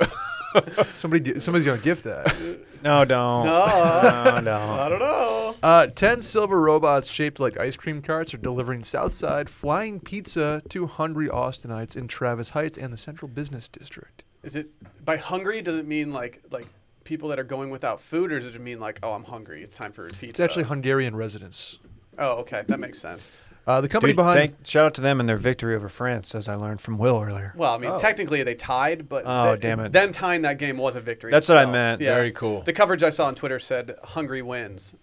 S5: Somebody, di- somebody's gonna gift that.
S2: No, don't.
S1: No.
S2: no, don't.
S1: I don't know.
S5: Uh, Ten silver robots shaped like ice cream carts are delivering Southside flying pizza to hungry Austinites in Travis Heights and the Central Business District.
S1: Is it by hungry? Does it mean like like people that are going without food, or does it mean like oh I'm hungry? It's time for pizza.
S5: It's actually Hungarian residents.
S1: Oh, okay, that makes sense.
S5: Uh, the company
S2: Dude,
S5: behind
S2: thank- shout out to them and their victory over France, as I learned from Will earlier.
S1: Well, I mean,
S5: Oh.
S1: technically they tied, but
S2: Oh,
S1: they-
S2: damn it.
S1: them tying that game was a victory.
S2: That's what I
S1: itself.
S2: meant.
S3: Very cool.
S1: The coverage I saw on Twitter said "Hungary wins,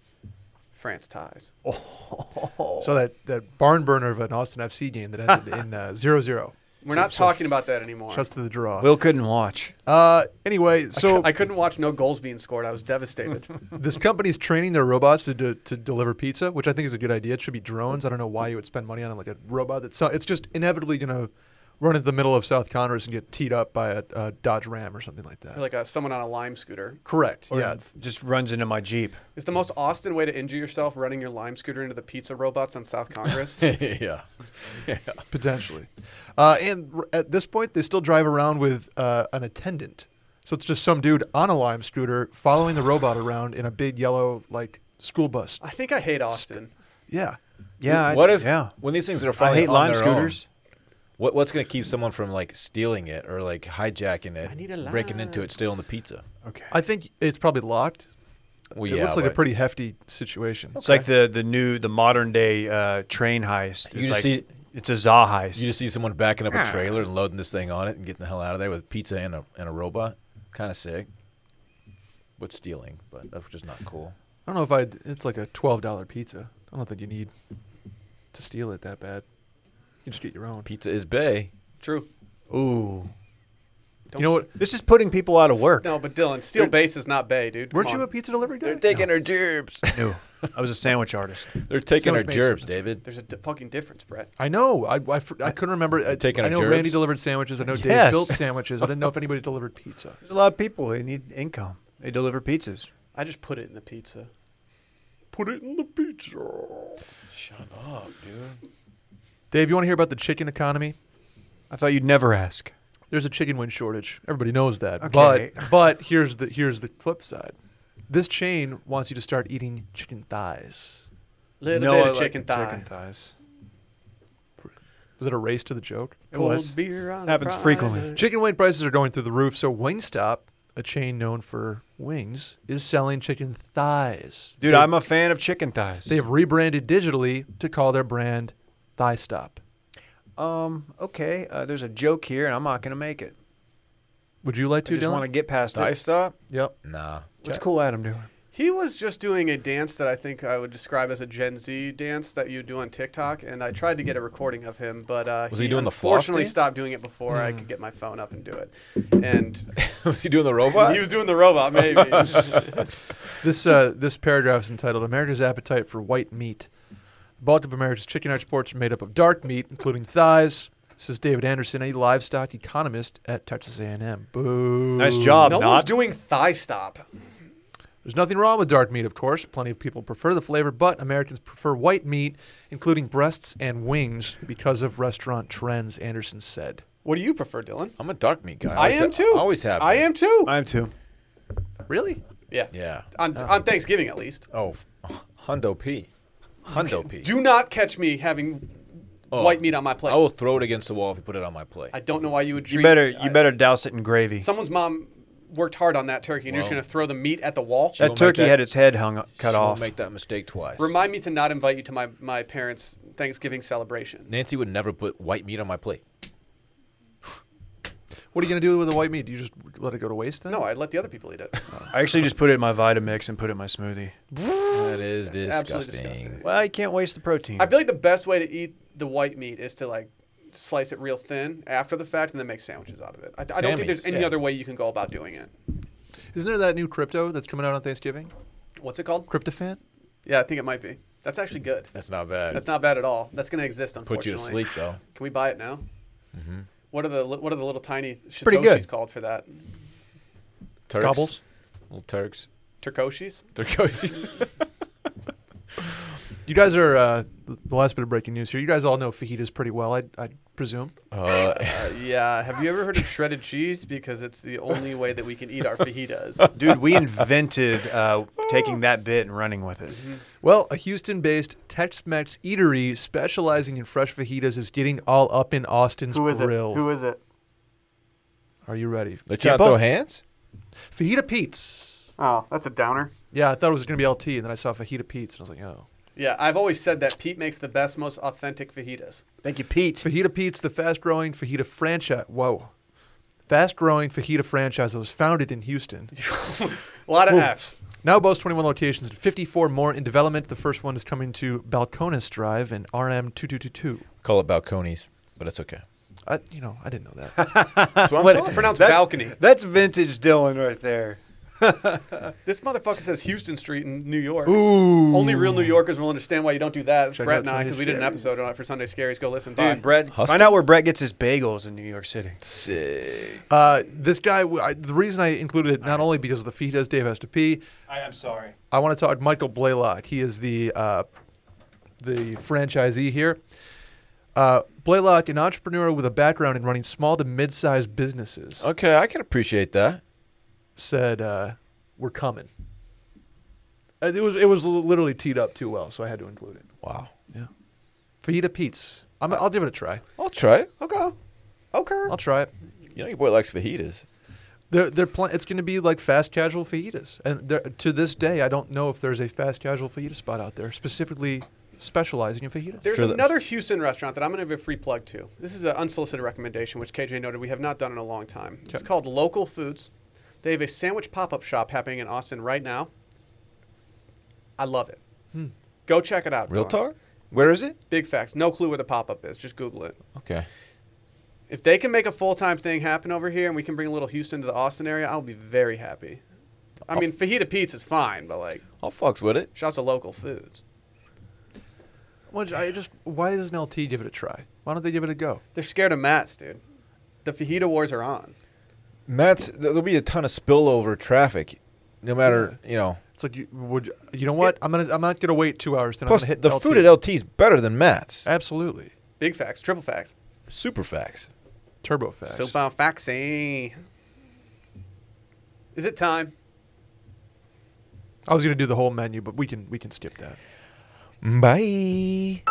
S1: France ties."
S5: So that, that barn burner of an Austin FC game that ended in uh, 0 0.
S1: We're not talking about that anymore.
S5: Shouts to the draw.
S2: Will couldn't watch.
S5: Uh, anyway, so
S1: I couldn't watch no goals being scored. I was devastated.
S5: this company's training their robots to, do, to deliver pizza, which I think is a good idea. It should be drones. I don't know why you would spend money on like a robot that's so, it's just inevitably going to run into the middle of South Congress and get teed up by a, a Dodge Ram or something like that.
S1: Like a, someone on a lime scooter.
S5: Correct.
S2: Or
S5: yeah.
S2: Uh, just runs into my Jeep.
S1: It's the most Austin way to injure yourself running your lime scooter into the pizza robots on South Congress.
S3: yeah.
S5: Potentially. Uh, and r- at this point, they still drive around with uh, an attendant. So it's just some dude on a lime scooter following the robot around in a big yellow, like, school bus.
S1: I think I hate Austin.
S5: Yeah.
S2: Yeah.
S3: What if
S2: Yeah.
S3: when these things are
S2: I
S3: finally
S2: hate
S3: on
S2: lime
S3: their own,
S2: scooters.
S3: what what's going to keep someone from like stealing it or like hijacking it,
S1: I need a
S3: breaking into
S1: lime.
S3: it, stealing the pizza?
S2: Okay.
S5: I think it's probably locked.
S3: Well,
S5: it
S3: yeah,
S5: looks like a
S3: but
S5: pretty hefty situation.
S2: It's like the the new the modern day uh, train heist. It's
S3: You just
S2: like,
S3: see-
S2: it's a za heist.
S3: You just see someone backing up a trailer and loading this thing on it and getting the hell out of there with pizza and a and a robot. Kind of sick. But stealing, but that's just not cool.
S5: I don't know if I. It's like a twelve dollar pizza. I don't think you need to steal it that bad. You just get your own.
S3: Pizza is bay.
S1: True.
S2: Ooh.
S1: Don't
S5: You know what?
S2: This is putting people out of work.
S1: No, but Dylan, steel base is not bay, dude. Come
S5: Weren't you
S1: on.
S5: a pizza delivery guy?
S3: They're taking our gerbs.
S2: No. I was a sandwich artist.
S3: They're taking our
S5: Sandwich makes
S3: gerbs,
S5: sense.
S3: David.
S1: There's a d- fucking difference, Brett.
S5: I know. I, I, fr- I couldn't remember. I,
S3: Uh, Taking
S5: I
S3: a
S5: know
S3: Jerks?
S5: Randy delivered sandwiches. I know
S2: Yes.
S5: Dave built sandwiches. I didn't know if anybody delivered pizza.
S2: There's a lot of people. They need income. They deliver pizzas.
S1: I just put it in the pizza.
S5: Put it in the pizza.
S3: Shut up, dude.
S5: Dave, you want to hear about the chicken economy?
S2: I thought you'd never ask.
S5: There's a chicken wing shortage. Everybody knows that.
S2: Okay.
S5: But but here's the here's the flip side. This chain wants you to start eating chicken thighs.
S1: Little
S2: No,
S1: bit
S2: I
S1: of
S2: like
S1: chicken
S2: the
S1: thigh.
S2: Chicken thighs.
S5: Was it a race to the joke?
S2: It
S1: Cold
S2: was.
S1: beer on a
S2: happens
S1: Friday
S2: frequently.
S1: night.
S5: Chicken wing prices are going through the roof, so Wingstop, a chain known for wings, is selling chicken thighs.
S2: Dude,
S5: They-
S2: I'm a fan of chicken thighs.
S5: they have rebranded digitally to call their brand Thigh Stop.
S2: um okay. Uh, there's a joke here, and I'm not gonna make it.
S5: Would you like
S2: I
S5: to,
S2: just
S5: Dylan?
S2: want to get past
S3: Thigh
S2: it.
S3: stop?
S5: Yep.
S3: Nah.
S2: What's cool Adam doing?
S1: He was just doing a dance that I think I would describe as a Gen Z dance that you do on TikTok, and I tried to get a recording of him, but uh,
S3: Was he doing the floss
S1: unfortunately
S3: dance?
S1: stopped doing it before I could get my phone up and do it, and
S3: Was he doing the robot?
S1: he was doing the robot maybe.
S5: This uh, this paragraph is entitled "America's Appetite for White Meat." The bulk of America's chicken exports are made up of dark meat, including thighs. This is David Anderson, a livestock economist at Texas A&M. Boo.
S2: Nice job.
S1: no one's
S2: not
S1: doing thigh stop.
S5: There's nothing wrong with dark meat, of course. Plenty of people prefer the flavor, but Americans prefer white meat, including breasts and wings, because of restaurant trends, Anderson said.
S1: What do you prefer, Dylan?
S3: I'm a dark meat guy.
S1: I
S3: always
S1: am
S3: ha-
S1: too.
S3: Always have.
S1: I
S3: been.
S1: am too.
S2: I am too.
S5: Really?
S1: yeah.
S3: Yeah.
S1: On, on Thanksgiving at least.
S3: Oh, f- Hundo P. Hundo P.
S1: Do not catch me having
S3: Oh.
S1: white meat on my plate.
S3: I will throw it against the wall if you put it on my plate.
S1: I don't know why you would. Treat,
S2: You better
S1: I-
S2: you better douse it in gravy.
S1: Someone's mom worked hard on that turkey, and you're just
S3: Well.
S1: gonna throw the meat at the wall.
S3: She
S2: that
S3: won't make
S2: turkey
S3: that-
S2: had its head hung cut
S3: She won't
S2: off.
S3: Make that mistake twice.
S1: Remind me to not invite you to my, my parents' Thanksgiving celebration.
S3: Nancy would never put white meat on my plate.
S5: What are you going to do with the white meat? Do you just let it go to waste then?
S1: No, I let the other people eat it.
S2: I actually just put it in my Vitamix and put it in my smoothie.
S3: That is
S1: absolutely
S3: disgusting.
S1: disgusting.
S2: Well, you can't waste the protein.
S1: I feel like the best way to eat the white meat is to like slice it real thin after the fact and then make sandwiches out of it. I, I don't think
S3: Sammy's,
S1: there's any
S3: yeah.
S1: other way you can go about doing it.
S5: Isn't there that new crypto that's coming out on Thanksgiving?
S1: What's it called?
S5: Cryptofan?
S1: Yeah, I think it might be. That's actually good.
S3: That's not bad.
S1: That's not bad at all. That's going to exist,
S3: put
S1: unfortunately.
S3: you to sleep though. Mm-hmm.
S1: Can we buy it now? What are the li- what are the little tiny
S2: Pretty good.
S1: shitoshis called for that?
S3: Turks.
S5: Gobbles?
S3: Little Turks.
S1: Turkoshis?
S3: Turks.
S5: You guys are, uh, th- the last bit of breaking news here, you guys all know fajitas pretty well, I, I presume.
S3: uh,
S1: Uh, yeah. Have you ever heard of shredded cheese? Because it's the only way that we can eat our fajitas.
S2: Dude, we invented uh, taking that bit and running with it.
S5: Well, a Houston based Tex Mex eatery specializing in fresh fajitas is getting all up in Austin's grill.
S1: is it?
S5: Are you ready?
S3: they're trying to
S2: up.
S3: throw hands.
S5: Fajita Pete's.
S1: Oh, that's a downer.
S5: Yeah, I thought it was going to be LT, and then I saw Fajita Pete's, and I was like, oh.
S1: Yeah, I've always said that Pete makes the best, most authentic fajitas.
S2: Thank you, Pete.
S5: Fajita Pete's, the fast growing fajita franchise. Whoa. Fast growing fajita franchise that was founded in Houston.
S1: A lot of F's.
S5: Now boasts 21 locations and 54 more in development. The first one is coming to Balcones Drive and RM 2222.
S3: Call it balconies, but it's okay.
S5: I, you know, I didn't know that.
S3: That's what I'm
S2: What-
S3: telling
S1: It's
S3: you.
S1: pronounced
S2: That's-
S1: balcony.
S2: That's vintage Dylan right there.
S1: This motherfucker says Houston Street in New York.
S5: Ooh.
S1: Only real New Yorkers will understand why you don't do that. It's
S5: Check
S1: Brett
S5: out
S1: and I,
S5: Sunday
S1: because we did an
S5: Scaries.
S1: episode on it for Sunday Scaries. Go listen. Bye.
S2: Dude, Brett,
S3: Hustle.
S2: find out where Brett gets his bagels in New York City.
S3: Sick.
S5: Uh, this guy, w I the reason I included it, not only because of the feet as Dave has to pee,
S2: I am sorry.
S5: I want to talk Michael Blaylock. He is the uh, the franchisee here. Uh, Blaylock, an entrepreneur with a background in running small to mid-sized businesses,
S3: Okay, I can appreciate that.
S5: said, uh, "We're coming." Uh, It was it was li- literally teed up too well, so I had to include it.
S3: Wow.
S5: Fajita Pete's. I'm, I'll give it a try.
S3: I'll try it. Okay. Okay.
S5: I'll try it.
S3: You know your boy likes fajitas.
S5: They're, they're pl- it's going to be like fast casual fajitas, and there- to this day, I don't know if there's a fast casual fajita spot out there specifically specializing in fajitas.
S1: There's
S3: Sure that-
S1: another Houston restaurant that I'm going to give a free plug to. This is an unsolicited recommendation, which KJ noted we have not done in a long time. It's
S5: Okay.
S1: called Local Foods. They have a sandwich pop up shop happening in Austin right now. I love it.
S5: Hmm.
S1: Go check it out.
S3: Real
S1: Dylan.
S3: talk? Where is it?
S1: Big facts. No clue where the pop up is. Just Google it.
S3: Okay.
S1: If they can make a full time thing happen over here and we can bring a little Houston to the Austin area, I'll be very happy. I mean, fajita pizza is fine, but like,
S3: I'll fucks with it.
S1: shout out to local foods.
S5: Well, I just why doesn't LT give it a try? Why don't they give it a go?
S1: They're scared of mats, dude. The fajita wars are on.
S3: Matt's there'll be a ton of spillover traffic, no matter you know.
S5: It's like you would. You know what? I'm gonna. I'm not gonna wait two hours. Then
S3: Plus,
S5: I'm gonna hit
S3: the
S5: LT.
S3: food at LT is better than Matt's.
S5: Absolutely.
S1: Big facts, triple facts.
S3: Super facts.
S5: Turbo fast.
S1: So about faxing. Is it time?
S5: I was gonna do the whole menu, but we can we can skip that.
S3: Bye.